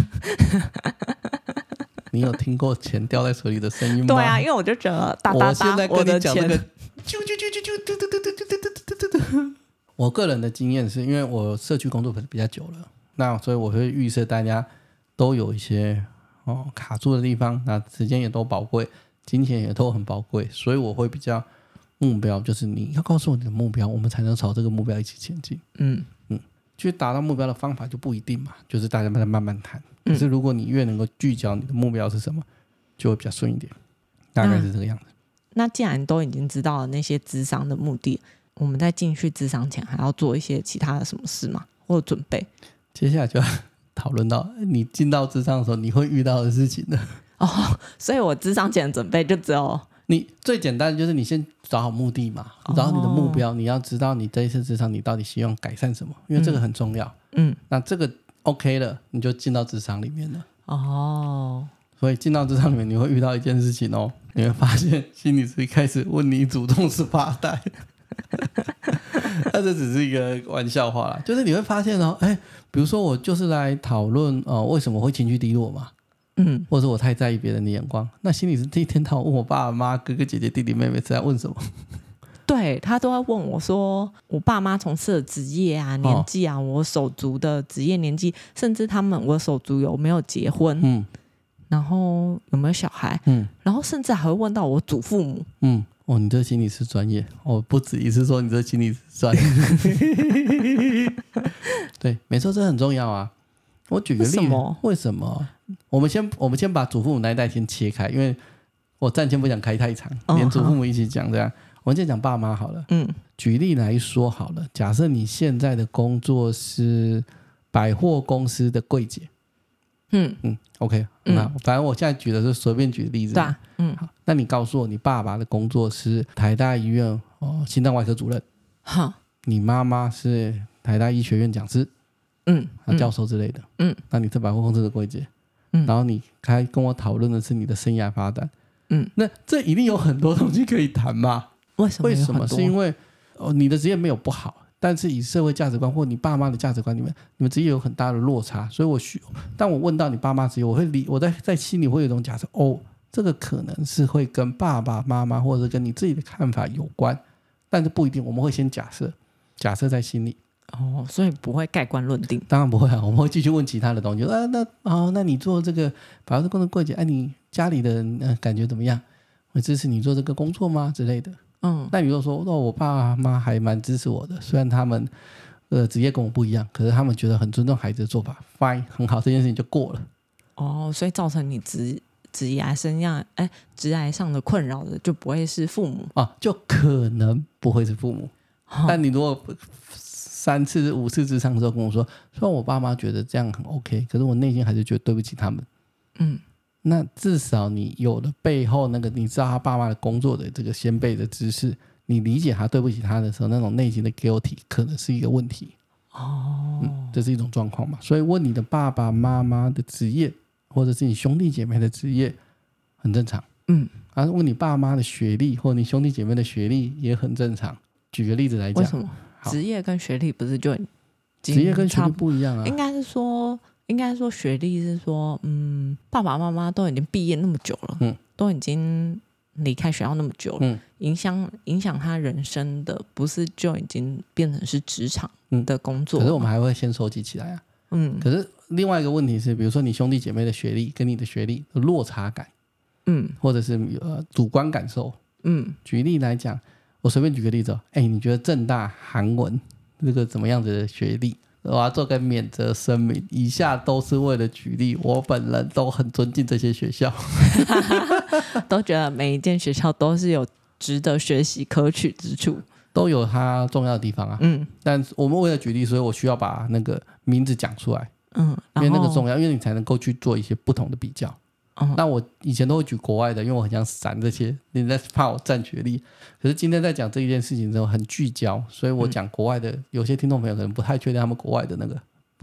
你有听过钱掉在水里的声音！”吗？对啊，因为我就觉得哒哒我现在哒，我跟的你讲这钱 个，，啾啾啾啾啾，嘟嘟嘟嘟嘟嘟嘟嘟嘟嘟。我个人的经验是因为我社区工作比较久了，那所以我会预设大家都有一些哦卡住的地方，那时间也都宝贵，金钱也都很宝贵，所以我会比较嗯目标就是你要告诉我你的目标，我们才能朝这个目标一起前进。嗯，去达到目标的方法就不一定嘛，就是大家慢慢慢谈。嗯可是如果你越能够聚焦你的目标是什么，就会比较顺一点，大概是这个样子。那既然都已经知道了那些智商的目的，我们在进去智商前还要做一些其他的什么事吗？或者准备？接下来就要讨论到你进到智商的时候你会遇到的事情了。所以我智商前的准备就只有 你最简单的就是你先找好目的嘛，哦找好你的目标，你要知道你这一次智商你到底希望改善什么，因为这个很重要。嗯那这个 OK 了，你就进到智商里面了。哦，所以进到职场里面，你会遇到一件事情哦，你会发现心理师一开始问你主动是发呆， 那这只是一个玩笑话啦。就是你会发现哦，哎，比如说我就是来讨论哦、呃为什么会情绪低落嘛，嗯，或者我太在意别人的眼光。那心理师这一天到晚问我爸妈、哥哥姐姐、弟弟妹妹是在问什么？对他都要问我说，我爸妈从事的职业啊、年纪啊，我手足的职业年纪，甚至他们我手足有没有结婚，嗯然后有没有小孩，嗯然后甚至还会问到我祖父母。嗯，哦，你这心理师专业，哦，不止一次说你这心理师专业。 对，没错，这很重要啊。我举个例子，为什么为什么我们先我们先把祖父母那一代先切开，因为我暂且不想开太长，哦连祖父母一起讲这样。我们先讲爸妈好了。嗯举例来说好了，假设你现在的工作是百货公司的柜姐，嗯，嗯，OK，嗯那反正我现在举的是随便举例子，对啊，嗯，好，那你告诉我，你爸爸的工作是台大医院哦心脏外科主任，好，你妈妈是台大医学院讲师、嗯，啊教授之类的，嗯，那你是百货公司的柜姐，嗯然后你还跟我讨论的是你的生涯发展，嗯，那这一定有很多东西可以谈嘛？为什么为有什么？很多？是因为哦，你的职业没有不好。但是以社会价值观或你爸妈的价值观里面，你们职业有很大的落差，所以我需，当我问到你爸妈职业，我会理我在在心里会有一种假设，哦，这个可能是会跟爸爸妈妈或者是跟你自己的看法有关，但是不一定。我们会先假设，假设在心里，哦，所以不会盖棺论定。当然不会啊，我们会继续问其他的东西。啊，那哦，那你做这个法律工作柜姐，哎、你家里的人呃感觉怎么样？我支持你做这个工作吗之类的？嗯那你就说，那我爸妈还蛮支持我的，虽然他们呃职业跟我不一样，可是他们觉得很尊重孩子的做法，fine，很好，这件事情就过了。哦，所以造成你职职涯生涯哎职涯上的困扰的，就不会是父母。啊，就可能不会是父母。哦但你如果三次、五次之上之后跟我说，虽然我爸妈觉得这样很 OK，可是我内心还是觉得对不起他们。嗯，那至少你有了背后那个你知道他爸妈的工作的这个先辈的知识，你理解他对不起他的时候，那种内心的 guilty 可能是一个问题。哦，嗯，这是一种状况嘛。所以问你的爸爸妈妈的职业，或者是你兄弟姐妹的职业，很正常。嗯，啊，问你爸妈的学历或你兄弟姐妹的学历也很正常。举个例子来为讲，什么好职业跟学历不是就已经职业跟学差历不不一样啊。应该是说，应该说学历是说，嗯，爸爸妈妈都已经毕业那么久了，嗯都已经离开学校那么久了，嗯影响影响他人生的，不是就已经变成是职场嗯的工作可了吗？是我们还会先收集起来啊。嗯可是另外一个问题是，比如说你兄弟姐妹的学历跟你的学历的落差感，嗯或者是呃主观感受。嗯，举例来讲，我随便举个例子、哦，哎，你觉得正大韩文这个怎么样子的学历？我要做个免责声明，以下都是为了举例，我本人都很尊敬这些学校。 都觉得每一间学校都是有值得学习可取之处。都有它重要的地方啊。嗯但我们为了举例，所以我需要把那个名字讲出来，嗯，因然为那个后重要，因为你才能够去做一些不同的比较。哦那我以前都会举国外的，因为我很想闪这些，你在怕我占学历。可是今天在讲这一件事情的时候很聚焦，所以嗯我讲国外的，有些听众朋友可能不太确定他们国外的那个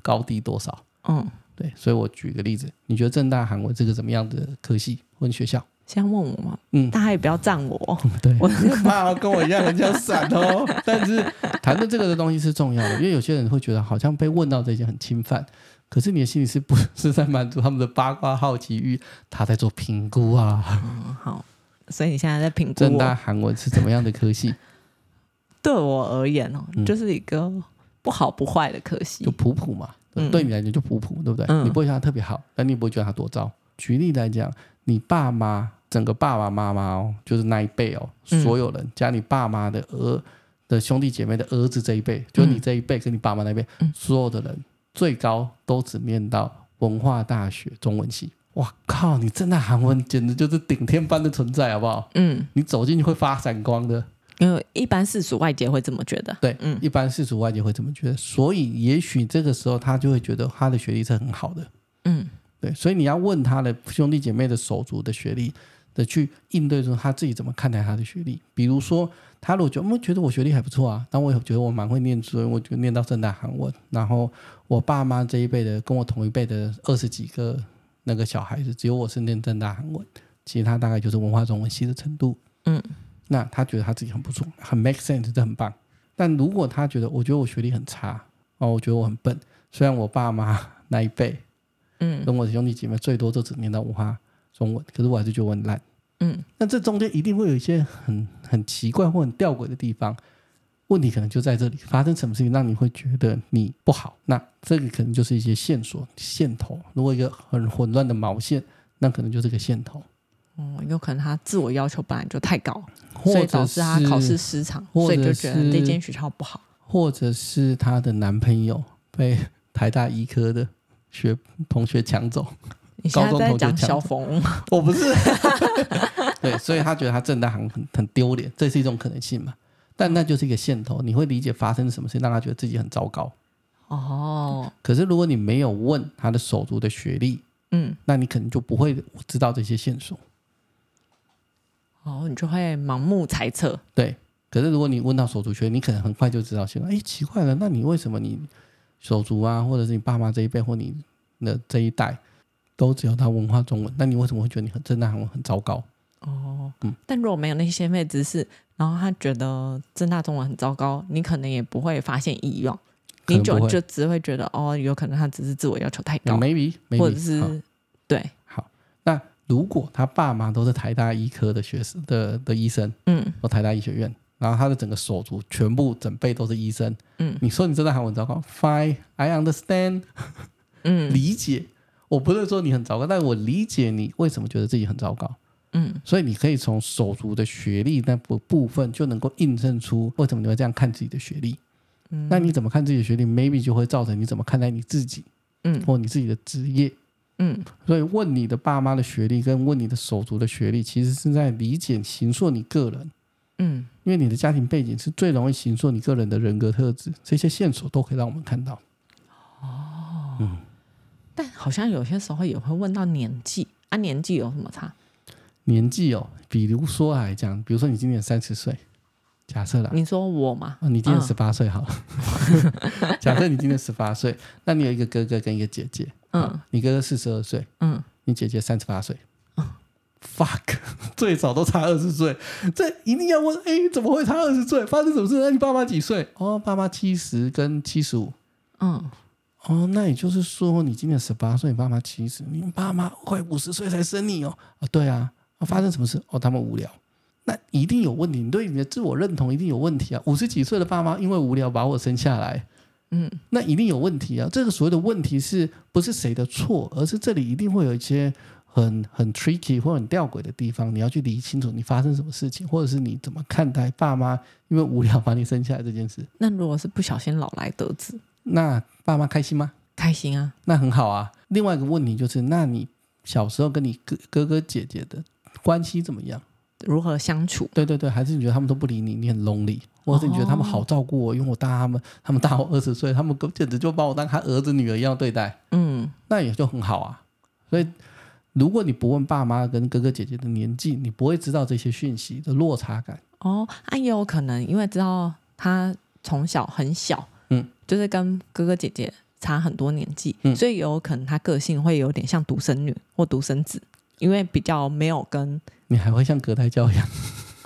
高低多少。嗯，对，所以我举个例子，你觉得正大韩文这个怎么样的科系或者学校？先问我嘛，嗯，大家也不要赞我。哦对，我 怕哦跟我一样很想闪哦。但是谈论这个的东西是重要的，因为有些人会觉得好像被问到这件很侵犯，可是你的心里是不是在满足他们的八卦好奇欲？他在做评估啊，嗯好，所以你现在在评估正大我，韩文是怎么样的科 系？对我而言哦，嗯就是一个不好不坏的可惜就。普普嘛，嗯对你来讲就普普，对不对？嗯你不会觉得他特别好，但你也不会觉得他多糟。举例来讲，你爸妈整个爸爸妈妈哦，就是那一辈哦，嗯所有人加你爸妈的儿的兄弟姐妹的儿子这一辈，就是你这一辈跟你爸妈那一辈，嗯所有的人最高都只念到文化大学中文系。哇靠！你真的韩文简直就是顶天般的存在，好不好？嗯，你走进去会发闪光的。因为一般世俗外界会这么觉得。对，嗯一般世俗外界会这么觉得，所以也许这个时候他就会觉得他的学历是很好的，嗯对，所以你要问他的兄弟姐妹的手足的学历的去应对说他自己怎么看待他的学历，比如说他如果觉得，嗯，觉得我学历还不错啊，但我也觉得我蛮会念书的，我就念到正大韩文，然后我爸妈这一辈的跟我同一辈的二十几个那个小孩子，只有我是念正大韩文，其他大概就是文化中文系的程度，嗯，那他觉得他自己很不错，很 make sense，这很棒。但如果他觉得，我觉得我学历很差哦，我觉得我很笨，虽然我爸妈那一辈嗯跟我的兄弟姐妹最多就只念到文化中文，可是我还是觉得我很烂。嗯那这中间一定会有一些很很奇怪或很吊诡的地方。问题可能就在这里，发生什么事情让你会觉得你不好？那这个可能就是一些线索、线头。如果一个很混乱的毛线，那可能就是个线头，哦，有可能他自我要求本来就太高，或所以者导是致他考试失常，或所者以就觉得是这间学校不好。或者是她的男朋友被台大医科的学同学抢走。你现在高中在同学讲抢小 冯，我不 是，对，所以他觉得他正大行很很丢脸，这是一种可能性嘛？但那就是一个线头，你会理解发生什么事，让他觉得自己很糟糕。哦，可是如果你没有问他的手足的学历，嗯，那你可能就不会知道这些线索。哦，你就会盲目猜测，对，可是如果你问到手足学历，你可能很快就知道线索。哎，奇怪了，那你为什么你手足啊，或者是你爸妈这一辈或你的这一代，都只有他文化中文，那你为什么会觉得你很正大行文很糟糕？哦，但如果没有那些先辈知识，然后他觉得正大中文很糟糕，你可能也不会发现异样，可你能不会就就只会觉得哦，有可能他只是自我要求太高， maybe maybe 哦或者好是对，好，那如果他爸妈都是台大医科的学生的的医生，哦嗯或台大医学院，然后他的整个手足全部整辈都是医生，嗯你说你真的韩文糟糕？Fine，I understand，、嗯理解。我不是说你很糟糕，但我理解你为什么觉得自己很糟糕。嗯所以你可以从手足的学历那部部分就能够印证出为什么你会这样看自己的学历。嗯那你怎么看自己的学历，maybe 就会造成你怎么看待你自己嗯或你自己的职业。嗯所以问你的爸妈的学历跟问你的手足的学历，其实是在理解形塑你个人，嗯，因为你的家庭背景是最容易形塑你个人的人格特质，这些线索都可以让我们看到。但好像有些时候也会问到年纪啊，年纪有什么差？啊年纪哦，比如说来讲，比如说你今年三十岁，假设啦，你说我嘛，啊，你今年嗯十八岁好了，假设你今年十八岁，那你有一个哥哥跟一个姐姐，嗯你哥哥四十二岁，嗯，你姐姐三十八岁。fuck，最 少都差二十岁，这一定要问，哎、怎么会差二十岁？发生什么事？那你爸妈几岁？哦，爸妈七十跟七十五。嗯哦，那也就是说，你今年十八岁，你爸妈七十，你爸妈快五十岁才生你哦。啊，对啊，啊发生什么事？哦，他们无聊，那一定有问题。你对你的自我认同一定有问题啊！五十几岁的爸妈因为无聊把我生下来，嗯，那一定有问题啊。这个所谓的问题是不是谁的错，而是这里一定会有一些很很 tricky 或很吊诡的地方，你要去理清楚你发生什么事情，或者是你怎么看待爸妈因为无聊把你生下来这件事。那如果是不小心老来得子，那爸妈开心吗？开心啊，那很好啊。另外一个问题就是，那你小时候跟你哥哥哥姐姐的关系怎么样？如何相处？对对对，还是你觉得他们都不理你，你很 lonely，或者是你觉得他们好照顾我，因为我大他们，他们大我二十岁，他们根简直就把我当他儿子女儿一样对待，嗯，那也就很好啊。所以，如果你不问爸妈跟哥哥姐姐的年纪，你不会知道这些讯息的落差感。哦，啊，也有可能因为知道他从小很小，嗯，就是跟哥哥姐姐差很多年纪，嗯所以有可能他个性会有点像独生女或独生子，因为比较没有跟你还会像隔代教养。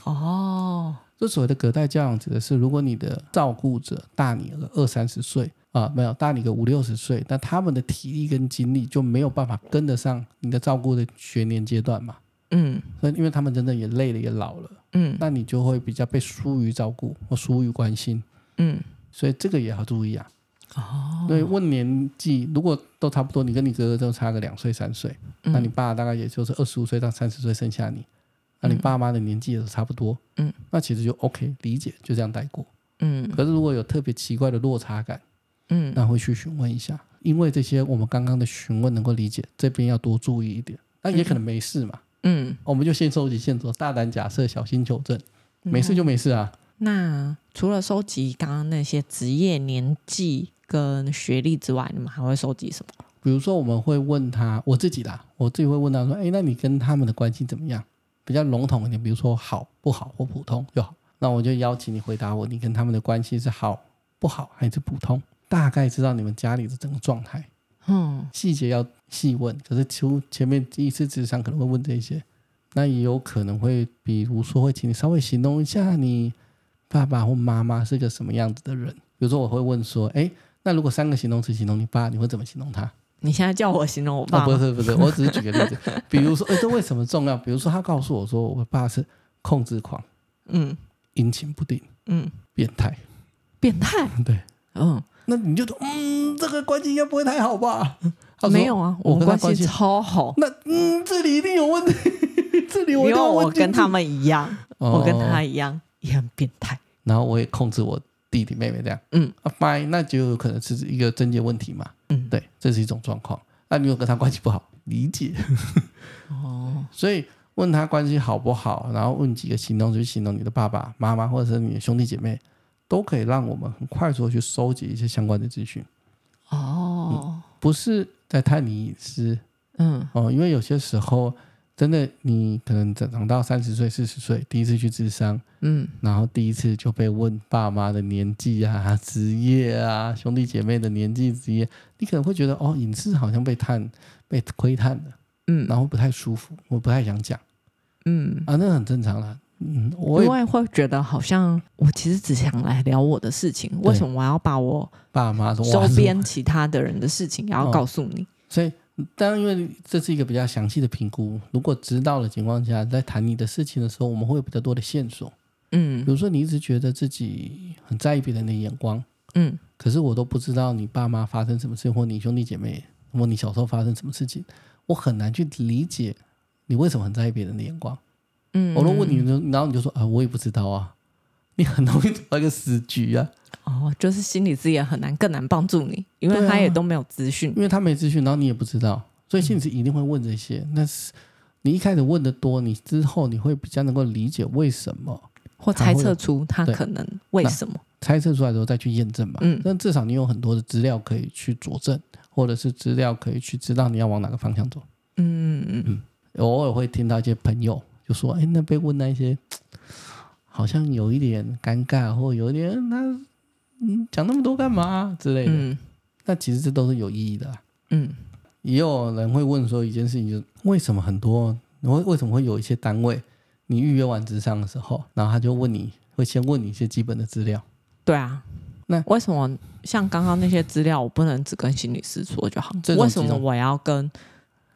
哦，这所谓的隔代教养指的是，如果你的照顾者大你个二三十岁啊，没有大你个五六十岁，那他们的体力跟精力就没有办法跟得上你的照顾的学年阶段嘛。嗯所以，因为他们真的也累了，也老了。嗯那你就会比较被疏于照顾或疏于关心，嗯，所以这个也要注意啊。哦，对，问年纪，如果都差不多，你跟你哥哥就差个两岁三岁，那你嗯爸大概也就是二十五岁到三十岁生下你，那你嗯爸妈的年纪也都差不多，嗯，那其实就 OK 理解，就这样带过。嗯可是如果有特别奇怪的落差感，嗯那会去询问一下，因为这些我们刚刚的询问能够理解，这边要多注意一点。那也可能没事嘛，嗯，我们就先收集线索，大胆假设，小心求证，嗯没事就没事啊。那除了收集刚刚那些职业、年纪跟学历之外，你们还会收集什么？比如说，我们会问他，我自己啦，我自己会问他说：“哎，那你跟他们的关系怎么样？”比较笼统一点，比如说好、不好或普通就好。那我就邀请你回答我，你跟他们的关系是好、不好还是普通？大概知道你们家里的整个状态，嗯细节要细问。可是出前面第一次智商可能会问这些，那也有可能会，比如说会请你稍微形容一下你爸爸或妈妈是个什么样子的人。比如说，我会问说：“哎，那如果三个形容词形容你爸，你会怎么形容他？”你现在叫我形容我哦，爸不吗？是不是，我只是举个例 子，比如说，哎、这为什么重要？比如说，他告诉我说，我爸是控制狂、嗯阴晴不定、嗯，变态。变态。对，嗯，那你就说，嗯，这个关系应该不会太好吧？他说没有，啊，我我们跟他关关系系超好，那嗯，这里一定有问题， 这里因我一为定要我问清跟楚他，们一样，我跟他哦，一样也很变态。然后我也控制我弟弟妹妹这样，嗯啊，fine，那就有可能是一个症结问题嘛。嗯，对，这是一种状况。那你有跟他关系不好，理解。 哦，所以问他关系好不好，然后问几个形容词去形容你的爸爸妈妈或者是你的兄弟姐妹，都可以让我们很快速的去收集一些相关的资讯，哦，不是在探你隐私嗯哦，因为有些时候真的你可能长长到三十岁、四十岁，第一次去智商，嗯然后第一次就被问爸妈的年纪啊、职业啊、兄弟姐妹的年纪、职业，你可能会觉得哦，隐私好像被探、被窥探了，嗯然后不太舒服，我不太想讲。嗯，啊，那很正常啦。嗯，我因也为会觉得好像我其实只想来聊我的事情，为什么我要把我爸妈说周哇是边其他的人的事情也要哦告诉你？所以当然因为这是一个比较详细的评估，如果知道的情况下，在谈你的事情的时候，我们会有比较多的线索。比嗯如说，你一直觉得自己很在意别人的眼光，嗯可是我都不知道你爸妈发生什么事，或你兄弟姐妹，或你小时候发生什么事情，我很难去理解你为什么很在意别人的眼光。嗯，我都问你，然后你就说啊，我也不知道啊，你很容易走到一个死局啊。哦，就是心理资源很难，更难帮助你，因为对啊他也都没有资讯因。为他没资讯，然后你也不知道，所以心理师一定会问这些。那是你一开始问的多，你之后你会比较能够理解为什么，或猜测出他可能为那什么。猜测出来之后再去验证嘛。嗯但至少你有很多的资料可以去佐证，或者是资料可以去知道你要往哪个方向走。嗯嗯嗯，偶尔会听到一些朋友就说：“哎，那被问那一些，好像有一点尴尬，或有一点那嗯讲那么多干嘛之类的。嗯那其实这都是有意义的、啊。嗯也有人会问说一件事情，就是为什么很多为为什么会有一些单位，你预约完职商的时候，然后他就问你会先问你一些基本的资料，对啊。那为什么像刚刚那些资料，我不能只跟心理师说就好这？种为什几么种我要跟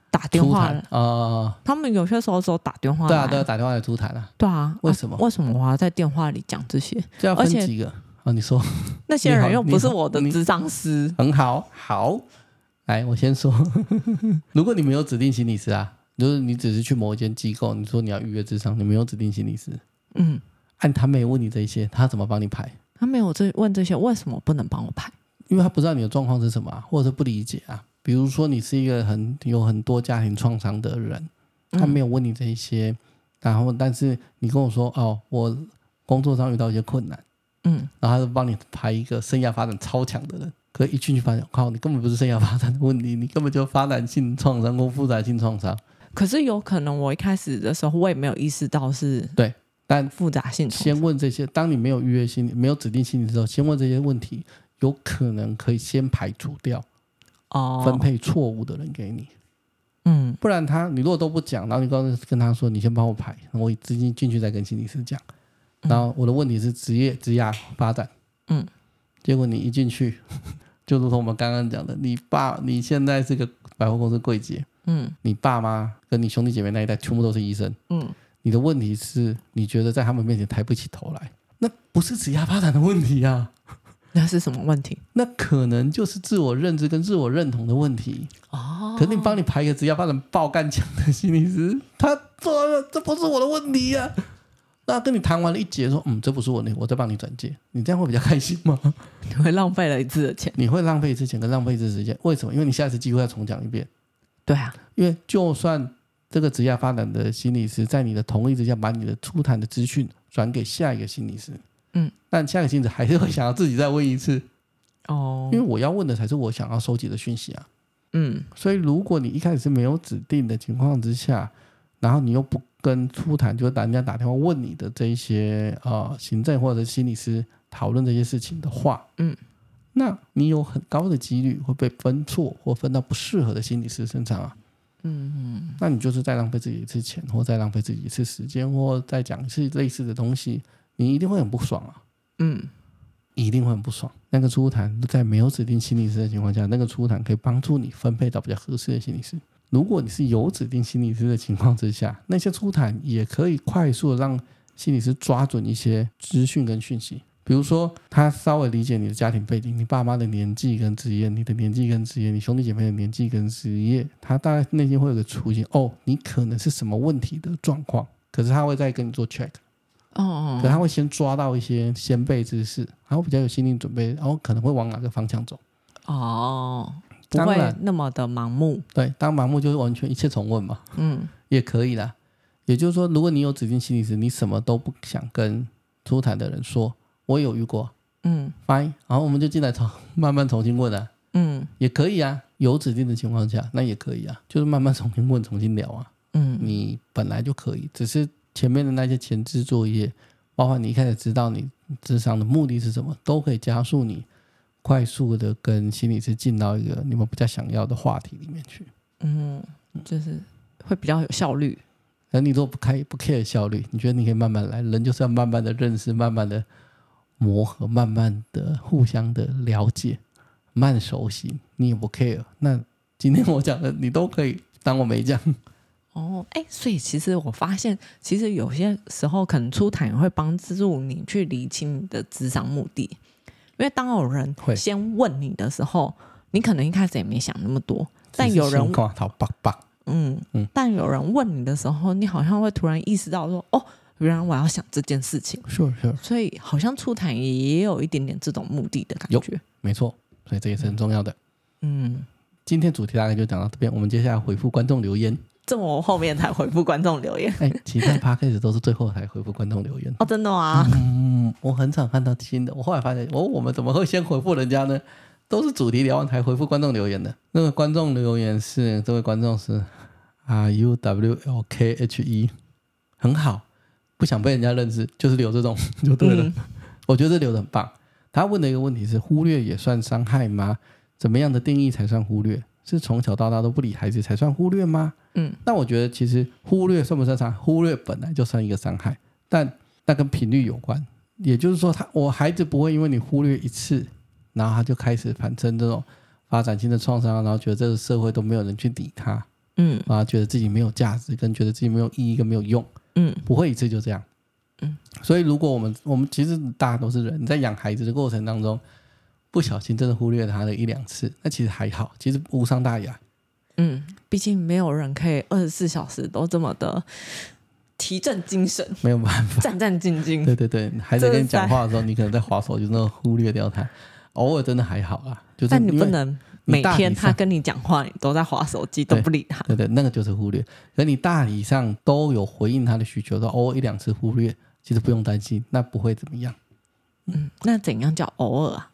打电话初来谈？啊、他们有些时候只有打电话对啊，来都要打电话来出谈啊，对啊，为啊什么为什么我要在电话里讲这些？这要分而且几个，啊，你说那些人又不是我的你好智商师，很好，好，来，我先说， 如果你没有指定心理师啊，就是你只是去某一间机构，你说你要预约智商，你没有指定心理师，嗯，按他没问你这一些，他怎么帮你排？他没有这问这些，为什么不能帮我排？因为他不知道你的状况是什么、啊，或者是不理解啊。比如说你是一个很有很多家庭创伤的人，嗯他没有问你这一些，然后但是你跟我说哦，我工作上遇到一些困难，嗯，然后他就帮你排一个生涯发展超强的人，可是一进去发现，靠，你根本不是生涯发展的问题，你根本就发展性创伤或复杂性创伤。可是有可能我一开始的时候我也没有意识到是对但复杂性重先问这些，当你没有预约心理、没有指定心理的时候，先问这些问题，有可能可以先排除掉哦分配错误的人给你。嗯不然他你如果都不讲，然后你告诉跟他说你先帮我排，我资金进去再跟心理师讲。然后我的问题是职业职涯发展，嗯，结果你一进去，就如同我们刚刚讲的，你爸你现在是个百货公司柜姐，嗯你爸妈跟你兄弟姐妹那一代全部都是医生，嗯，你的问题是你觉得在他们面前抬不起头来，那不是职业发展的问题啊，那是什么问题？那可能就是自我认知跟自我认同的问题。哦肯定帮你排一个职业发展爆干强的心理师，他做完了，这不是我的问题呀、那跟你谈完了一节，说嗯，这不是我的，我再帮你转介，你这样会比较开心吗？ 你会浪费了一次的钱。你会浪费一次钱跟浪费一次时间，为什么？因为你下次机会要重讲一遍。对啊，因为就算这个职业发展的心理师在你的同意之下，把你的初谈的资讯转给下一个心理师，嗯，但下一个心理师还是会想要自己再问一次，哦因为，我要问的才是我想要收集的讯息啊。嗯所以，如果你一开始是没有指定的情况之下，然后你又不跟初谈，就是打人家打电话问你的这一些呃行政或者心理师讨论这些事情的话，嗯，那你有很高的几率会被分错或分到不适合的心理师身上啊。嗯嗯，那你就是再浪费自己一次钱，或再浪费自己一次时间，或再讲一次类似的东西，你一定会很不爽啊。嗯，一定会很不爽。那个初谈在没有指定心理师的情况下，那个初谈可以帮助你分配到比较合适的心理师。如果你是有指定心理师的情况之下，那些初谈也可以快速的让心理师抓准一些资讯跟讯息。比如说，他稍微理解你的家庭背景、你爸妈的年纪跟职业、你的年纪跟职业、你兄弟姐妹的年纪跟职业，他大概内心会有个雏形，哦，你可能是什么问题的状况，可是他会再跟你做 check。哦哦可他会先抓到一些先辈知识，然后比较有心理准备，然后可能会往哪个方向走。哦，不当会然，那么的盲目。对，当盲目就是完全一切重问嘛，嗯也可以啦。也就是说，如果你有指定心理师，你什么都不想跟出谈的人说，我也有遇过嗯，fine，然后我们就进来重慢慢重新问啊，嗯也可以啊。有指定的情况下，那也可以啊，就是慢慢重新问，重新聊啊。嗯你本来就可以，只是前面的那些前置作业，包括你一开始知道你智商的目的是什么，都可以加速你快速的跟心理师进到一个你们比较想要的话题里面去。嗯，就是会比较有效率。而你如果不开不 care 效率，你觉得你可以慢慢来，人就是要慢慢的认识，慢慢的磨合，慢慢的互相的了解，慢熟悉，你也不 care。那今天我讲的你都可以当我没讲，哦，哎，所以其实我发现，其实有些时候可能出谈也会帮助你去理清你的智商目的，因为当有人会先问你的时候，你可能一开始也没想那么多，但有人挂好棒棒，嗯嗯但有人问你的时候，你好像会突然意识到说，哦，原来我要想这件事情，是是。所以好像出谈也有一点点这种目的的感有觉，没错，所以这也是很重要的。嗯，今天主题大概就讲到这边，我们接下来回复观众留言。这么我后面才回复观众留言哎，其他 p a c a s 都是最后才回复观众留言。哦，真的吗？ 嗯，我很少看到新的，我后来发现，哦，我们怎么会先回复人家呢？都是主题聊完才回复观众留言的。那个观众留言是这位观众是 R U W L K H E，很好，不想被人家认识，就是留这种 就对了。嗯我觉得这留的很棒。他问的一个问题是：忽略也算伤害吗？怎么样的定义才算忽略？是从小到大都不理孩子才算忽略吗？嗯，那我觉得其实忽略算不算伤害？忽略本来就算一个伤害，但那跟频率有关。也就是说他，我孩子不会因为你忽略一次，然后他就开始产生这种发展性的创伤，然后觉得这个社会都没有人去理他，嗯啊，觉得自己没有价值，跟觉得自己没有意义，跟没有用，嗯不会一次就这样。嗯，所以如果我们我们其实大家都是人，在养孩子的过程当中，不小心真的忽略他的一两次，那其实还好，其实无伤大雅。嗯，毕竟没有人可以二十四小时都这么的提振精神、 没有办法。战战兢 兢。对对对，孩子跟你讲话的时候，你可能在划手机，真的忽略掉他。偶尔真的还好啦，就是但你因不为能啊你每大天体他上跟你讲话，你都在划手机，都对不理他。对对，那个就是忽略。可你大体上都有回应他的需求，说偶尔一两次忽略，其实不用担心，那不会怎么样。嗯，那怎样叫偶尔啊？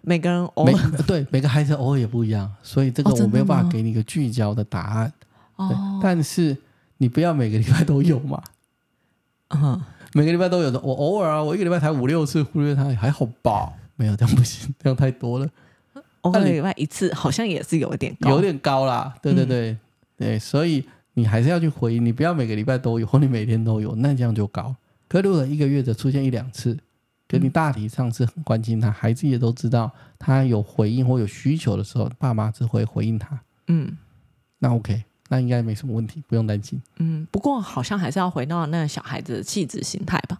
每个人偶每尔对每个孩子偶尔也不一样，所以这个哦真我的没有办吗法给你一个聚焦的答案。对哦，但是你不要每个礼拜都有嘛， 嗯，每个礼拜都有的，我偶尔啊，我一个礼拜才五六次忽略他，还好吧？没有，这样不行，这样太多了，偶那尔你礼拜一次，好像也是有一点高，有点高啦。对对对、嗯对，所以你还是要去回应，你不要每个礼拜都有，或你每天都有，那这样就高。可如果一个月只出现一两次，可你大体上是很关心他，孩子也都知道他有回应或有需求的时候，爸妈只会回应他，嗯。那 OK，那应该没什么问题，不用担心。嗯，不过好像还是要回到那个小孩子的气质形态吧，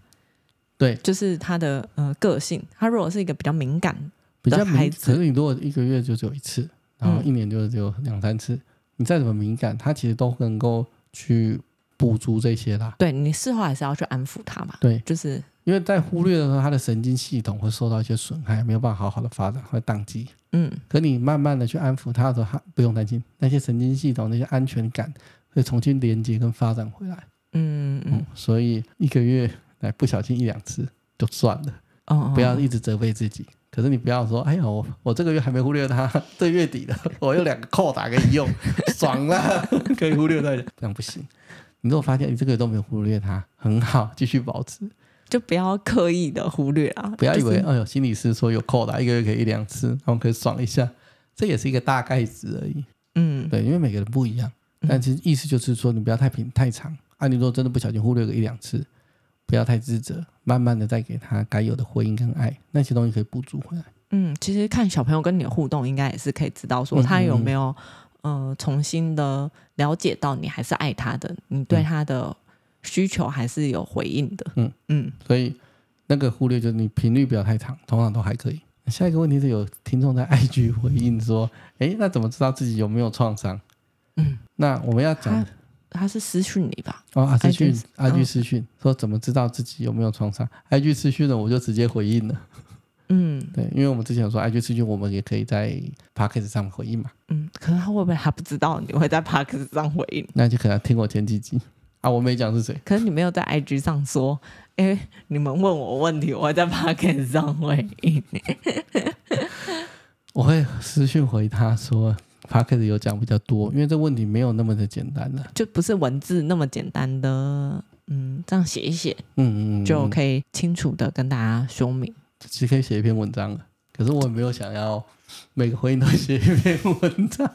对，就是他的呃个性。他如果是一个比较敏感，比较的孩敏，子嗯可是你如果一个月就只有一次，然后一年就只有两三次，你再怎么敏感，他其实都能够去补足这些啦。对你事后还是要去安抚他嘛。对，就是因为在忽略的时候，他的神经系统会受到一些损害，没有办法好好的发展，会宕机。嗯可你慢慢的去安抚他的时候，他不用担心，那些神经系统那些安全感会重新连接跟发展回来。嗯嗯嗯，所以一个月来不小心一两次就算了。哦，不要哦一直责备自己。可是你不要说，哎呀，我我这个月还没忽略他，这月底了，我有两个扣打可以用，爽了， 可以忽略他，这样不行。你如果发现你这个月都没有忽略他，很好，继续保持，就不要刻意的忽略啊，不要以为，就是哎呦，心理师说有扣打，一个月可以一两次，然后可以爽一下，这也是一个大概值而已。嗯对，因为每个人不一样，但其实意思就是说，你不要太平太长。啊，你如果真的不小心忽略个一两次，不要太自责，慢慢的再给他该有的回应跟爱，那些东西可以补足回来。嗯，其实看小朋友跟你的互动，应该也是可以知道说嗯他有嗯嗯没有呃重新的了解到你还是爱他的，你对嗯他的需求还是有回应的。嗯嗯，所以那个忽略就是你频率不要太长，通常都还可以。下一个问题是有听众在 IG 回应说：“诶，那怎么知道自己有没有创伤？”嗯，那我们要讲他他是私讯你吧？哦，啊私讯 IG IG 嗯私讯说怎么知道自己有没有创伤？IG 私讯呢，我就直接回应了。嗯，对，因为我们之前有说 IG 私讯，我们也可以在 p a c k a g e 上回应嘛，嗯，可是他会不会还不知道你会在 p a r k 上回应？那就可能要听我前几集啊，我没讲是谁。可是你没有在 IG 上说，哎、你们问我问题，我会在 p a r k 上回应。我会私讯回他说 p a c k a g e 有讲比较多，因为这问题没有那么的简单啊了。就不是文字那么简单的，嗯，这样写一写嗯嗯，嗯就嗯可以清楚的跟大家说明。其实可以写一篇文章了，啊可是我也没有想要每个回应都写一篇文 章。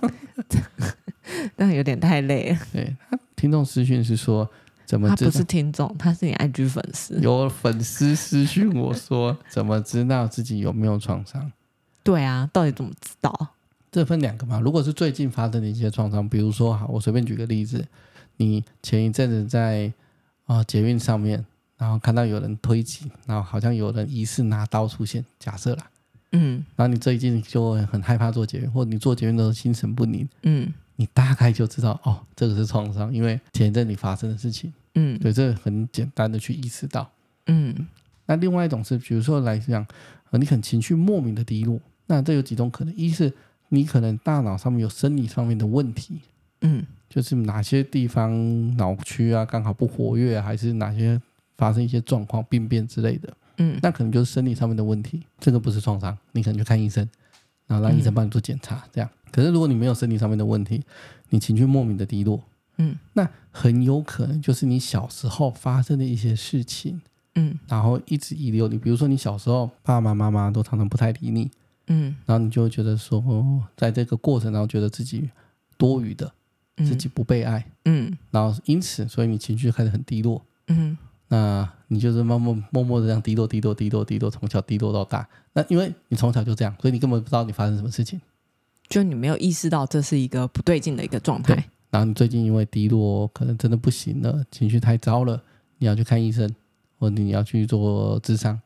但有点太累了，对，他听众私讯是说怎么他知不道是？听众，他是你 IG 粉丝。有粉丝私讯我说怎么知道自己有没有创伤？对啊，到底怎么知道？这分两个嘛，如果是最近发生的一些创伤，比如说哈，我随便举个例子，你前一阵子在啊、呃捷运上面，然后看到有人推挤，然后好像有人疑似拿刀出现，假设啦，嗯然后你最近就会很害怕做捷运，或者你做捷运的时候心神不宁，嗯你大概就知道哦，这个是创伤，因为前一阵你发生的事情，嗯对，这很简单的去意识到。嗯那另外一种是，比如说来讲，呃你可能情绪莫名的低落，那这有几种可能：一是你可能大脑上面有生理上面的问题，嗯就是哪些地方脑区啊刚好不活跃、啊，还是哪些发生一些状况、病变之类的，嗯那可能就是生理上面的问题，这个不是创伤，你可能去看医生，然后让医生帮你做检查，这样。可是如果你没有生理上面的问题，你情绪莫名的低落，嗯，那很有可能就是你小时候发生的一些事情，嗯然后一直遗留你。比如说你小时候爸爸妈妈都常常不太理你，嗯然后你就会觉得说，哦，在这个过程当中觉得自己多余的，嗯，自己不被爱，嗯然后因此所以你情绪开始很低落，嗯那你就是默默默默的这样低落、低落、低落、低落，从小低落到大。那因为你从小就这样，所以你根本不知道你发生什么事情。就你没有意识到这是一个不对劲的一个状态。然后你最近因为低落，可能真的不行了，情绪太糟了，你要去看医生，或者你要去做智商，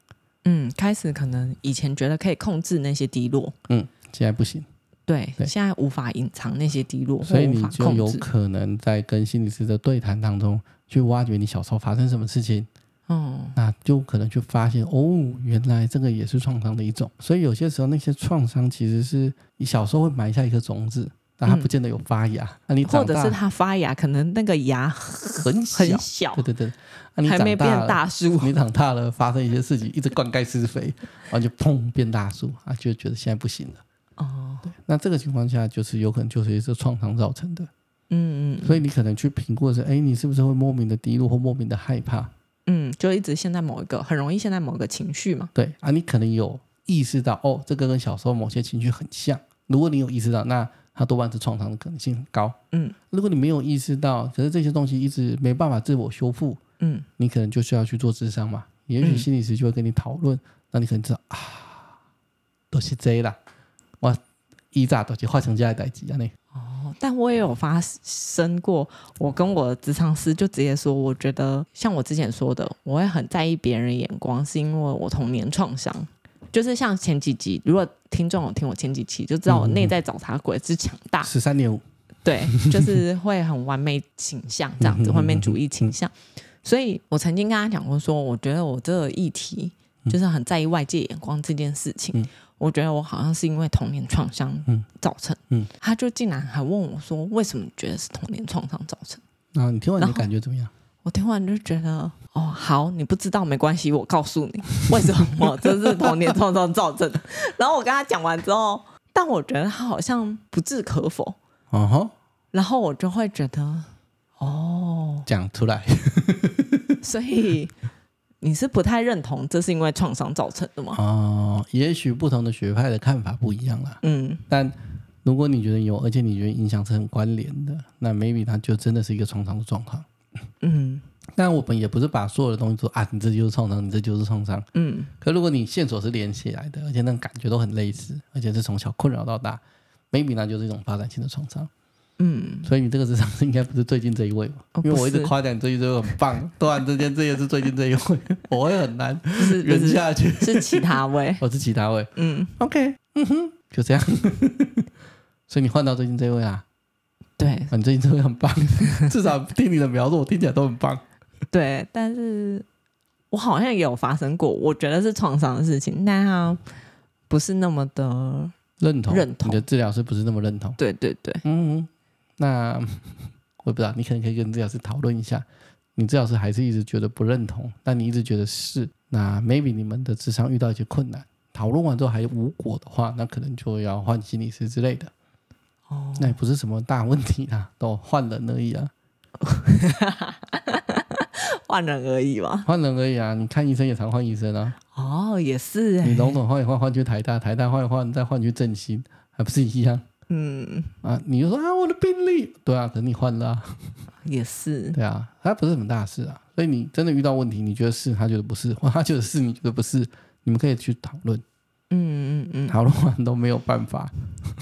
嗯，开始可能以前觉得可以控制那些低落，现在不行，对，对现在无法隐藏那些低落，所以或无你法就控有制。可能在跟心理师的对谈当中去挖掘你小时候发生什么事情，嗯，那就可能去发现哦，原来这个也是创伤的一种。所以有些时候那些创伤其实是你小时候会埋下一颗种子，但它嗯不见得有发芽。那、你或长者大是它发芽，可能那个芽很小，很小对，对对，那、你还长没变大了，大树。你长大了发生一些事情，一直灌溉施肥，然后就砰变大树啊，就觉得现在不行了。哦，那这个情况下，就是有可能就是一次创伤造成的。嗯嗯所以你可能去评估的是，哎，你是不是会莫名的低落或莫名的害怕？嗯，就一直陷在某一个，很容易陷在某个情绪嘛。对啊，你可能有意识到，哦，这个跟小时候某些情绪很像。如果你有意识到，那它多半是创伤的可能性很高。嗯，如果你没有意识到，可是这些东西一直没办法自我修复，嗯你可能就需要去做智商嘛。也许嗯心理师就会跟你讨论，那你可能知道啊，都是这啦，我依咋都是化成这样的代志啊呢。但我也有发生过，我跟我的职场师就直接说，我觉得像我之前说的，我会很在意别人的眼光，是因为我童年创伤。就是像前几集，如果听众有听我前几期，就知道我内在找茬鬼之强大，十三点五，对，就是会很完美倾向这样子，嗯完美主义倾向。所以我曾经跟他讲过说，我觉得我这个议题就是很在意外界眼光这件事情。嗯我觉得我好像是因为童年创伤嗯造成。嗯他就竟然还问我说，为什么你觉得是童年创伤造成？然后你听完你然后感觉怎么样？我听完就觉得，哦，好，你不知道没关系，我告诉你为什么这是童年创伤造成的。 然后我跟他讲完之后，但我觉得他好像不置可否。哦吼，然后我就会觉得，哦，讲出来。 所以你是不太认同这是因为创伤造成的吗？哦，也许不同的学派的看法不一样啦。嗯但如果你觉得有，而且你觉得影响是很关联的，那 maybe 它就真的是一个创伤的状况。嗯但我们也不是把所有的东西说啊，你这就是创伤，你这就是创伤。嗯可如果你线索是连起来的，而且那种感觉都很类似，而且是从小困扰到大，maybe 那就是一种发展性的创伤。嗯，所以你这个智商是应该不是最近这一位吧？哦因为我一不直是夸奖你最近这一位很棒，突然之间这也是最近这一位， 我会很难不是不忍是下去。是其他位，我是其他位。 嗯， OK，嗯哼，就这样。所以你换到最近这位啦，对啊你最近这位很棒，至少听你的描述，我听起来都很棒。对，但是我好像也有发生过，我觉得是创伤的事情，但它不是那么的，认同，认同你的治疗师不是那么认同。对对对，嗯，嗯那 我也不知道，你可能可以跟治疗师讨论一下。你治疗师还是一直觉得不认同，但你一直觉得是，那 maybe 你们的智商遇到一些困难，讨论完之后还无果的话，那可能就要换心理师之类的。哦，那也不是什么大问题啦，都换人而已啊，换人而已嘛。换人而已啊。你看医生也常换医生啊。哦，也是、你欸，龙总换一换，换去台大，台大换一换，再换去振兴，还不是一样嗯，啊？你就说啊，我的病历，对啊，可是你换了、啊，也是，对啊，它不是什么大事啊。所以你真的遇到问题，你觉得是，他觉得不是， 或他觉得是，你觉得不是，你们可以去讨论，嗯嗯嗯，讨论完都没有办法，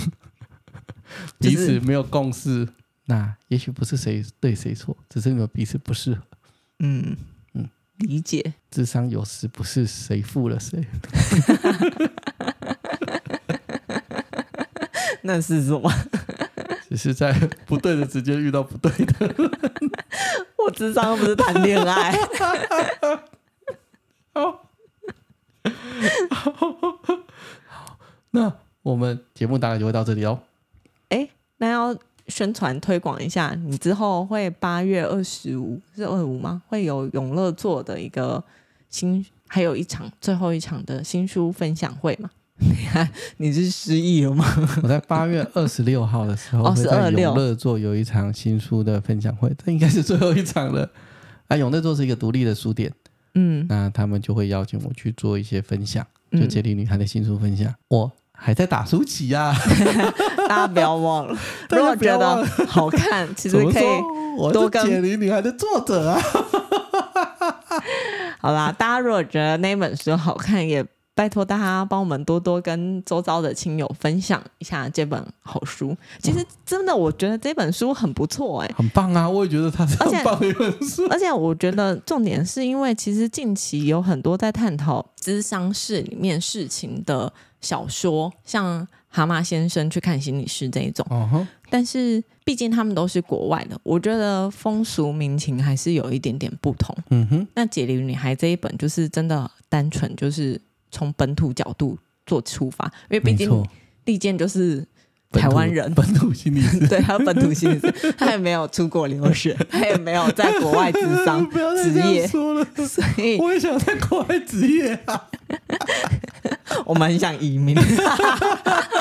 就彼此是没有共识，那也许不是谁对谁错，只是你们彼此不适合。嗯嗯嗯，理解。智商有时不是谁负了谁，那是什么？只是在不对的时间遇到不对的。 我智商又不是谈恋爱。 那我们节目大概就会到这里哦。哎，那要宣传推广一下，你之后会八月二十五是二五吗？会有永乐做的一个新，还有一场最后一场的新书分享会嘛？你看 你是失忆了吗？ 我在八月二十六号的时候哦会在26永乐座有一场新书的分享会，这应该是最后一场了。 啊，永乐座是一个独立的书店，嗯那他们就会邀请我去做一些分享，就嗯，杰里女孩的新书分享。我还在打书籍 呀、啊，大家不要忘 了，如果觉得好看，其怎实么可以。说？我多是跟解离女孩的作者啊。好啦，大家如果觉得那本书好看，也拜托大家帮我们多多跟周遭的亲友分享一下这本好书。其实真的，我觉得这本书很不 错哎、很棒啊！我也觉得它是而且很棒的一本书。而且我觉得重点是因为，哎其实近期有很多在探讨咨商室里面事情的小说，像《蛤蟆先生去看心理师》这一种。哦吼，但是毕竟他们都是国外的，我觉得风俗民情还是有一点点不同。嗯哼，那《解铃女孩》这一本就是真的单纯就是从本土角度做出发，因为毕没错 竟，利剑就是本台土湾人，本土心理师，对他本土心理师，他也没有出国留学，他也没有在国外智商不要再职这样业说了，所以我也想在国外职业啊。我们很想移民。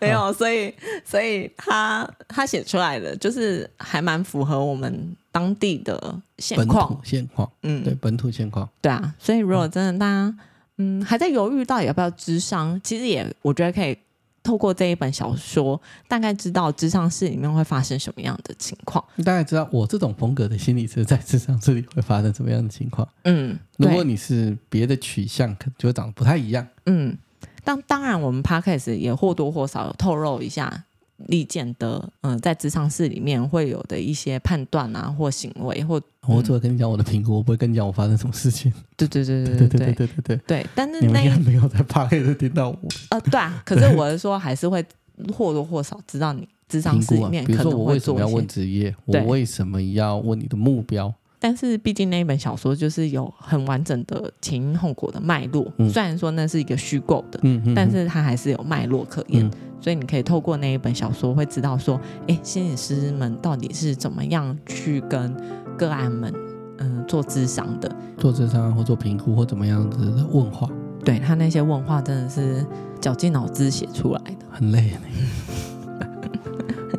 没有，所以所以他他写出来的就是还蛮符合我们当地的现本况土，现况，嗯，对本土现况，对啊，所以如果真的大家嗯还在犹豫到底要不要智商，其实也我觉得可以透过这一本小说，大概知道智商室里面会发生什么样的情况。大家知道我这种风格的心理师在职场这里会发生什么样的情况？嗯，如果对，你是别的取向，可能就会长得不太一样。嗯，但当然我们 podcast 也或多或少有透露一下。利剑的，嗯、在职场室里面会有的一些判断啊，或行为，或我只会跟你讲我的评估，我不会跟你讲我发生什么事情。对对嗯对对对对对对对对对，对，但是你们那应一该没有在 p a r k 听到我呃，对啊，可是我是说还是会或多或少知道你职场评室估里啊。面比可如说能我会为什做么要一些问职业，我对为什么要问你的目标？但是毕竟那一本小说就是有很完整的前因后果的脉络，嗯虽然说那是一个虚构的，嗯嗯，但是它还是有脉络可言，嗯所以你可以透过那一本小说会知道说，哎，心理师们到底是怎么样去跟个案们嗯、做智商的。做智商或做评估或怎么样子的问话，对他那些问话真的是绞尽脑汁写出来的，很累呢。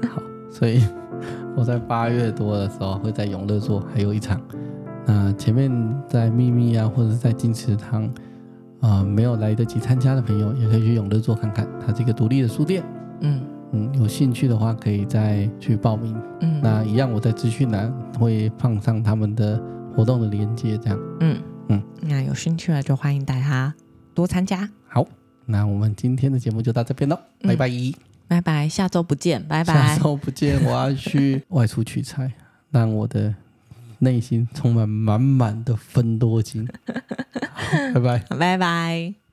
好，所以我在八月多的时候会在永乐座还有一场。那前面在秘密啊，或者是在金池堂啊、没有来得及参加的朋友，也可以去永乐座看看，它是一个独立的书店。嗯嗯，有兴趣的话可以再去报名。嗯，那一样，我在资讯栏会放上他们的活动的链接，这样。嗯嗯嗯，那有兴趣的就欢迎大家多参加，好，那我们今天的节目就到这边喽，嗯拜拜。拜拜，下周不见，拜下拜，周不见，我要去 外出取材，让我的内心充满满满的分多金。好拜拜。拜拜。